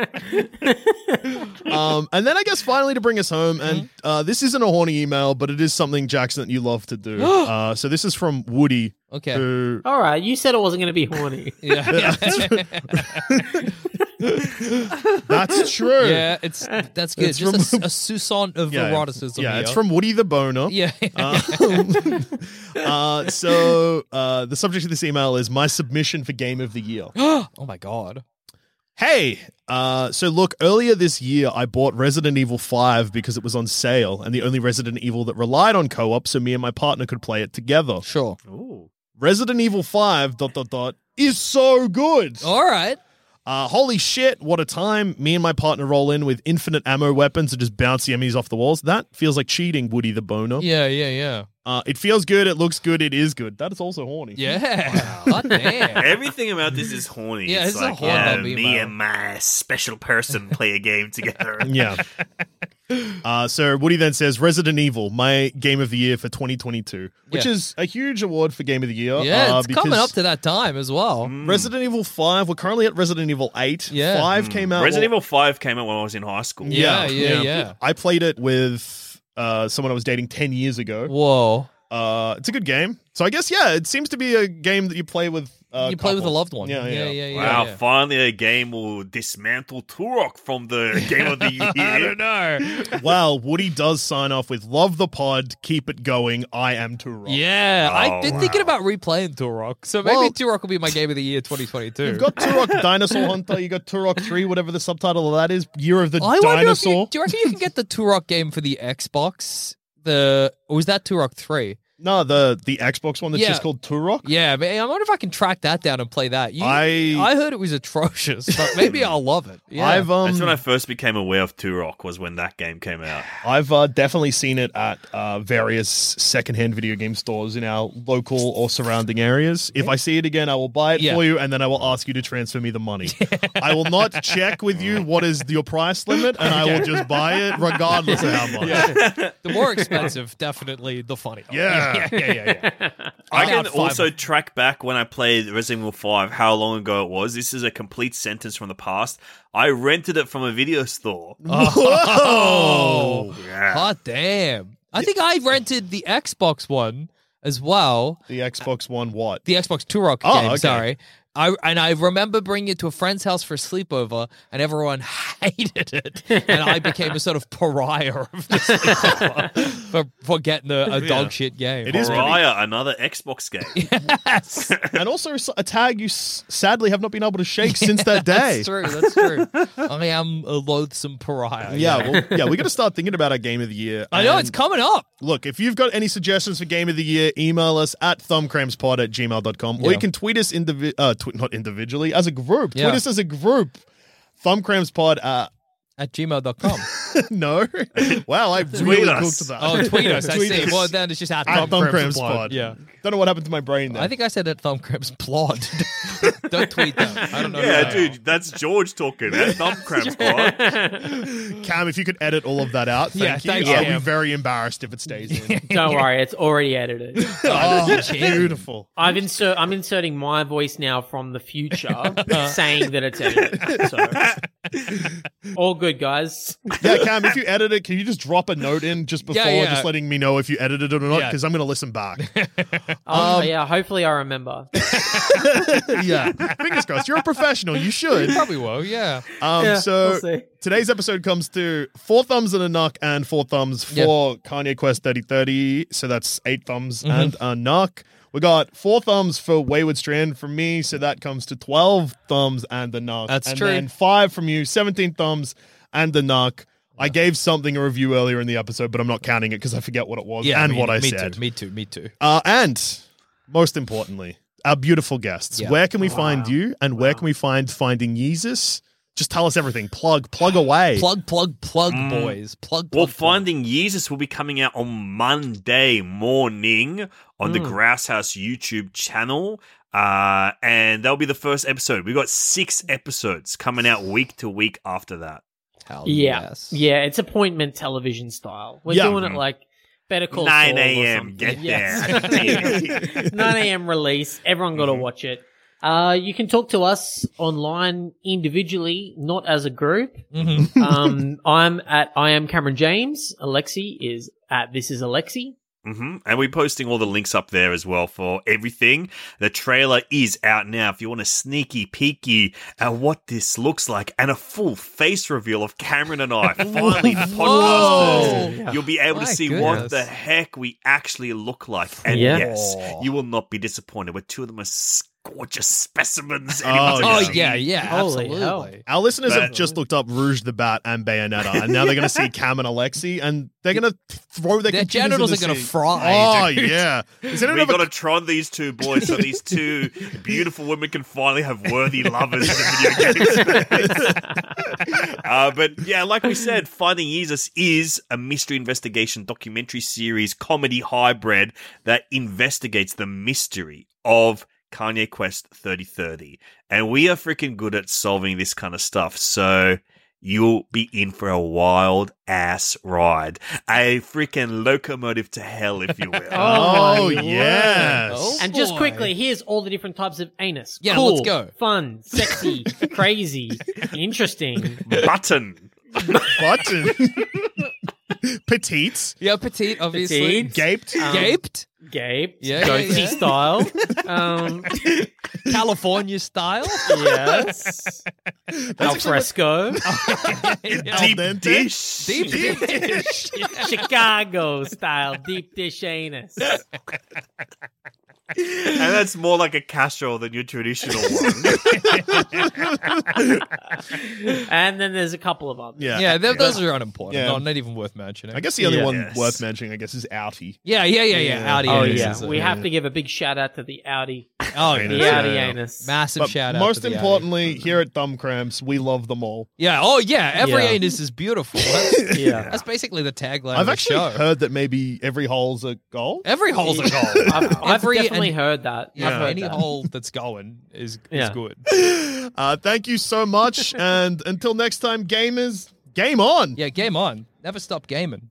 Speaker 5: um, and then I guess finally to bring us home, and
Speaker 6: Mm-hmm.
Speaker 5: uh, this isn't a horny email, but it is something Jackson that you love to
Speaker 6: <gasps>
Speaker 5: do. uh, so this is from Woody,
Speaker 6: Okay.
Speaker 5: who
Speaker 6: <laughs>
Speaker 7: All right, you said it wasn't going to be <laughs> horny.
Speaker 6: Yeah.
Speaker 5: <laughs> that's true.
Speaker 6: <laughs> yeah, it's that's good.
Speaker 5: It's
Speaker 6: just a
Speaker 5: from-
Speaker 6: s- a, Susan of eroticism.
Speaker 5: Yeah, it's
Speaker 6: here.
Speaker 5: from Woody the Boner.
Speaker 6: Yeah.
Speaker 5: Um, <laughs> uh, so uh, the subject of this email is my submission for game of the year.
Speaker 6: <laughs> oh my god.
Speaker 5: hey, uh, so look, earlier this year I bought Resident Evil 5 because it was on sale and the only Resident Evil that relied on co-op so me and my partner could play it together.
Speaker 6: Sure.
Speaker 5: Resident Evil 5 dot dot dot is so good.
Speaker 6: All right.
Speaker 5: Uh, holy shit, what a time. Me and my partner roll in with infinite ammo weapons and just bounce the enemies off the walls. That feels like cheating, Woody the Boner.
Speaker 6: Yeah, yeah, yeah.
Speaker 5: Uh, it feels good. It looks good. It is good. That is also horny.
Speaker 6: Yeah. Hot
Speaker 5: Uh,
Speaker 6: damn.
Speaker 3: Everything about this is horny.
Speaker 6: Yeah,
Speaker 3: it's
Speaker 6: it's a
Speaker 3: like,
Speaker 6: horny
Speaker 3: yeah,
Speaker 6: email.
Speaker 3: me and my special person play a game together.
Speaker 5: Yeah. Uh, so Woody then says Resident Evil, my game of the year for 2022, which
Speaker 6: Yeah.
Speaker 5: is a huge award for game of the year.
Speaker 6: Yeah,
Speaker 5: uh,
Speaker 6: it's coming
Speaker 5: because Mm.
Speaker 6: up to that time as well.
Speaker 5: Resident Evil 5. We're currently at Resident Evil 8.
Speaker 6: Yeah.
Speaker 5: 5 came out.
Speaker 3: Resident Evil 5 came out when I was in high school.
Speaker 6: Yeah, yeah, yeah.
Speaker 5: I played it with uh, someone I was dating 10 years ago.
Speaker 6: Whoa.
Speaker 5: Uh, it's a good game. So I guess, yeah, it seems to be a game that you play with uh,
Speaker 6: you play with a
Speaker 5: couple.
Speaker 6: loved one.
Speaker 5: Yeah, yeah.
Speaker 6: yeah, yeah. yeah,
Speaker 3: wow,
Speaker 6: yeah.
Speaker 3: finally a game will dismantle Turok
Speaker 6: <laughs>
Speaker 3: from the game of the year.
Speaker 6: I don't know.
Speaker 5: Well, Woody does sign off with "Love the pod, keep it going." I am too wrong.
Speaker 6: Yeah,
Speaker 3: Oh,
Speaker 6: I've been thinking
Speaker 3: wow.
Speaker 6: about replaying Turok, so maybe
Speaker 5: Well-
Speaker 6: Turok will be my game of the year
Speaker 5: <laughs>
Speaker 6: 2022.
Speaker 5: You've got
Speaker 6: <laughs>
Speaker 5: Turok Dinosaur Hunter. You got Turok Three, whatever the subtitle of that is, Year of the
Speaker 6: I wonder if
Speaker 5: Dinosaur.
Speaker 6: you, do you reckon you can get the Turok game for the Xbox? The or was that Turok three?
Speaker 5: no, the the Xbox one that's
Speaker 6: Yeah.
Speaker 5: just called Turok.
Speaker 6: Yeah, man, I wonder if I can track that down and play that. You,
Speaker 5: I-
Speaker 6: I heard it was atrocious, but maybe I'll love
Speaker 5: <laughs>
Speaker 6: it. Yeah.
Speaker 5: I've um,
Speaker 3: That's when I first became aware of Turok was when that game came
Speaker 6: <sighs>
Speaker 3: out.
Speaker 5: I've uh, definitely seen it at uh, various secondhand video game stores in our local or surrounding areas. If I see it again, I will buy it
Speaker 6: Yeah.
Speaker 5: for you, and then I will ask you to transfer me the money. I will not
Speaker 6: <laughs>
Speaker 5: check with you what is your price limit, and I will just buy it regardless of
Speaker 6: <laughs>
Speaker 5: how much. Yeah, <laughs>
Speaker 6: the more expensive, definitely the funnier.
Speaker 5: yeah, yeah, yeah.
Speaker 3: I
Speaker 6: I'm
Speaker 3: can
Speaker 6: out five
Speaker 3: also
Speaker 6: of-
Speaker 3: track back when I played Resident Evil 5 how long ago it was. This is a complete sentence from the past. I rented it from a video store.
Speaker 6: Oh,
Speaker 3: Yeah.
Speaker 6: hot damn! I think I rented the Xbox one as well.
Speaker 5: The Xbox One, what?
Speaker 6: the Xbox Turok
Speaker 5: Oh,
Speaker 6: game.
Speaker 5: okay.
Speaker 6: Sorry. I, and I remember bringing it to a friend's house for a sleepover, and everyone <laughs> hated it. And I became a sort of pariah of
Speaker 5: <laughs>
Speaker 6: the sleepover for, for getting a, a dog shit game.
Speaker 5: It is pretty-
Speaker 3: Pariah, another
Speaker 6: <laughs>
Speaker 3: Xbox game.
Speaker 6: Yes.
Speaker 5: and also s- a tag you s- sadly have not been able to shake since
Speaker 6: <laughs>
Speaker 5: that day.
Speaker 6: That's true.
Speaker 5: <laughs>
Speaker 6: That's true. I am a loathsome pariah.
Speaker 5: Yeah, well, yeah,
Speaker 6: <laughs>
Speaker 5: we're gonna start thinking about our game of the year.
Speaker 6: I know
Speaker 5: and
Speaker 6: it's coming up.
Speaker 5: Look, if you've got any suggestions for game of the year, email us at thumbcrampspod at gmail.com or
Speaker 6: Yeah.
Speaker 5: you can tweet us indivi- uh, tw- not individually, as a group.
Speaker 6: Yeah.
Speaker 5: Tweet us as a group. Thumbcrampspod, uh,
Speaker 6: At gmail.com.
Speaker 5: <laughs> no. wow, I really
Speaker 3: Tweet us.
Speaker 5: cooked that.
Speaker 6: Oh, tweet us.
Speaker 5: <laughs>
Speaker 6: I
Speaker 5: Tweet
Speaker 6: see.
Speaker 5: us.
Speaker 6: Well, then it's just at,
Speaker 5: at
Speaker 6: thumbcramspod.
Speaker 5: thumbcrampspod.
Speaker 6: Yeah.
Speaker 5: Don't know what happened to my brain there.
Speaker 6: I think I said at thumbcramps plod. <laughs> Don't tweet that. I don't know.
Speaker 3: yeah,
Speaker 6: who they are.
Speaker 3: dude, that's George talking.
Speaker 6: <laughs>
Speaker 3: That thumb cramps, bro.
Speaker 5: Cam, if you could edit all of that out, thank
Speaker 6: Yeah,
Speaker 5: you.
Speaker 6: thanks,
Speaker 5: I'll be
Speaker 6: Cam.
Speaker 5: very embarrassed if it stays in.
Speaker 7: <laughs> Don't worry, it's already edited.
Speaker 5: oh, beautiful.
Speaker 7: I've insert. I'm inserting my voice now from the future, saying that it's edited. So. All good, guys.
Speaker 5: Yeah, Cam, if you edit it, can you just drop a note in just before,
Speaker 6: Yeah, yeah.
Speaker 5: just letting me know if you edited it or not?
Speaker 6: Yeah.
Speaker 5: Because I'm going to listen
Speaker 6: <laughs>
Speaker 5: back.
Speaker 7: Oh yeah, hopefully I <laughs> remember.
Speaker 5: yeah. Fingers crossed. You're a professional. You
Speaker 7: <laughs>
Speaker 5: should.
Speaker 6: Probably will, yeah.
Speaker 5: Um,
Speaker 7: Yeah,
Speaker 5: so
Speaker 7: we'll see.
Speaker 5: today's episode comes to four thumbs and a knock and four thumbs
Speaker 6: Yeah.
Speaker 5: for Kanye Quest 3030. So that's eight thumbs
Speaker 6: Mm-hmm.
Speaker 5: and a knock. We got four thumbs for Wayward Strand from me. So that comes to 12 thumbs and a knock.
Speaker 6: That's
Speaker 5: and
Speaker 6: true.
Speaker 5: then five from you, 17 thumbs and a knock. I gave something a review earlier in the episode, but I'm not counting it because I forget what it was
Speaker 6: Yeah,
Speaker 5: and
Speaker 6: mean,
Speaker 5: what I
Speaker 6: me
Speaker 5: said.
Speaker 6: Too, me too. Me too.
Speaker 5: Uh, and most importantly, our beautiful guests.
Speaker 6: Yeah.
Speaker 5: Where can
Speaker 3: Oh,
Speaker 5: we find you and where can we find Finding Yeezus? Just tell us everything. Plug, plug away.
Speaker 6: Plug, plug, plug, boys. Plug, plug.
Speaker 3: Well,
Speaker 6: plug.
Speaker 3: Finding Jesus will be coming out on Monday morning on the Grouse House YouTube channel. Uh, and that'll be the first episode. We've got six episodes coming out week to week after that.
Speaker 6: Hell
Speaker 7: yeah,
Speaker 6: yes. <laughs>
Speaker 7: yeah, it's appointment television style. We're
Speaker 5: Yeah.
Speaker 7: doing it like Better Call
Speaker 3: 9
Speaker 7: Saul or
Speaker 3: a.m.
Speaker 7: something. <laughs>
Speaker 3: Get
Speaker 7: Yes. 9 a.m. release. Everyone got to watch it. Uh, you can talk to us online individually, not as a group.
Speaker 6: Mhm.
Speaker 7: um, I'm at I am Cameron James. Alexi is at This is Alexi.
Speaker 3: hmm And we're posting all the links up there as well for everything. The trailer is out now. If you want a sneaky peeky at what this looks like and a full face reveal of Cameron and I, finally
Speaker 6: Whoa! Oh!
Speaker 7: <laughs>
Speaker 6: <laughs>
Speaker 3: podcasters, you'll be able
Speaker 6: My
Speaker 3: to see
Speaker 6: goodness.
Speaker 3: what the heck we actually look like. And
Speaker 7: Yeah.
Speaker 3: yes, you will not be disappointed. We're two of the most gorgeous specimens.
Speaker 5: Oh,
Speaker 3: anyone's ever
Speaker 6: Oh
Speaker 3: seen.
Speaker 6: yeah, yeah,
Speaker 7: Holy
Speaker 6: absolutely.
Speaker 7: hell.
Speaker 5: Our listeners have
Speaker 3: That-
Speaker 5: just looked up Rouge the Bat and Bayonetta, and now they're going to
Speaker 6: <laughs>
Speaker 5: see Cam and Alexi, and they're going to throw their,
Speaker 6: Their
Speaker 5: computers in
Speaker 6: genitals
Speaker 5: the
Speaker 6: are gonna
Speaker 5: sea.
Speaker 6: fry,
Speaker 5: Oh
Speaker 6: dude.
Speaker 5: yeah, is anyone
Speaker 3: We
Speaker 5: have a-
Speaker 3: gotta tron these two boys so these
Speaker 6: <laughs>
Speaker 3: two beautiful women can finally have worthy lovers in the
Speaker 6: <laughs>
Speaker 3: video game space. <laughs> uh, but yeah, like we said, Finding Jesus is a mystery investigation documentary series comedy hybrid that investigates the mystery of Kanye Quest 3030. And we are freaking good at solving this kind of stuff. So you'll be in for a wild ass ride. A freaking locomotive to hell, if you will.
Speaker 5: Oh,
Speaker 7: my
Speaker 5: yes.
Speaker 7: word.
Speaker 6: Oh,
Speaker 7: and just
Speaker 6: boy.
Speaker 7: quickly, here's all the different types of anus.
Speaker 6: Yeah,
Speaker 7: Cool,
Speaker 6: let's go.
Speaker 7: Fun,
Speaker 6: <laughs>
Speaker 7: sexy, crazy, interesting.
Speaker 3: Button.
Speaker 5: <laughs> button? Petite,
Speaker 6: <laughs> Yeah, petite, obviously.
Speaker 7: Petite.
Speaker 5: gaped.
Speaker 6: Gaped.
Speaker 7: Um, Gabe.
Speaker 6: Yeah,
Speaker 7: goatee
Speaker 6: yeah, yeah. <laughs>
Speaker 7: style. Um,
Speaker 5: <laughs>
Speaker 6: California style.
Speaker 7: yes. Al
Speaker 6: <laughs>
Speaker 7: fresco.
Speaker 3: Deep
Speaker 5: dente.
Speaker 3: dish.
Speaker 6: Deep dish.
Speaker 7: Chicago style deep dish anus.
Speaker 3: and that's more like a casserole than your traditional one.
Speaker 7: And then there's a couple of
Speaker 3: Um,
Speaker 7: others.
Speaker 5: Yeah.
Speaker 6: Yeah, th- those are unimportant.
Speaker 5: Yeah.
Speaker 6: Not, not even worth mentioning.
Speaker 5: I guess the only
Speaker 7: Yeah.
Speaker 5: one
Speaker 3: Yes.
Speaker 5: worth mentioning, I guess, is Outie.
Speaker 6: Yeah, yeah, yeah, yeah. Audi
Speaker 7: Oh
Speaker 6: anus
Speaker 7: yeah,
Speaker 6: is a-
Speaker 7: we have to give a big shout out to the Audi,
Speaker 6: Oh,
Speaker 7: the
Speaker 5: Anus,
Speaker 6: yeah.
Speaker 7: Audi
Speaker 5: yeah.
Speaker 7: anus.
Speaker 6: Massive
Speaker 5: But
Speaker 6: shout out. to
Speaker 5: most
Speaker 6: the Audi.
Speaker 3: Mm-hmm.
Speaker 5: importantly, here at Thumb Cramps, we love them all.
Speaker 6: Yeah. Oh, yeah. Every
Speaker 7: Yeah.
Speaker 6: anus is beautiful.
Speaker 7: <laughs>
Speaker 6: That's,
Speaker 7: Yeah.
Speaker 6: that's basically the tagline of
Speaker 5: I've
Speaker 6: the
Speaker 5: actually
Speaker 6: show.
Speaker 5: heard that maybe every hole's a goal.
Speaker 6: Every
Speaker 5: <laughs>
Speaker 6: hole's a goal.
Speaker 7: I've, I've
Speaker 6: Every-
Speaker 7: definitely
Speaker 6: and-
Speaker 7: heard that.
Speaker 6: Yeah,
Speaker 7: I've heard
Speaker 6: any
Speaker 7: that.
Speaker 6: hole that's going is,
Speaker 7: Yeah.
Speaker 6: is good.
Speaker 5: Uh, thank you so
Speaker 6: <laughs>
Speaker 5: much. and until next time, gamers, game on.
Speaker 6: Yeah, game on. Never stop gaming.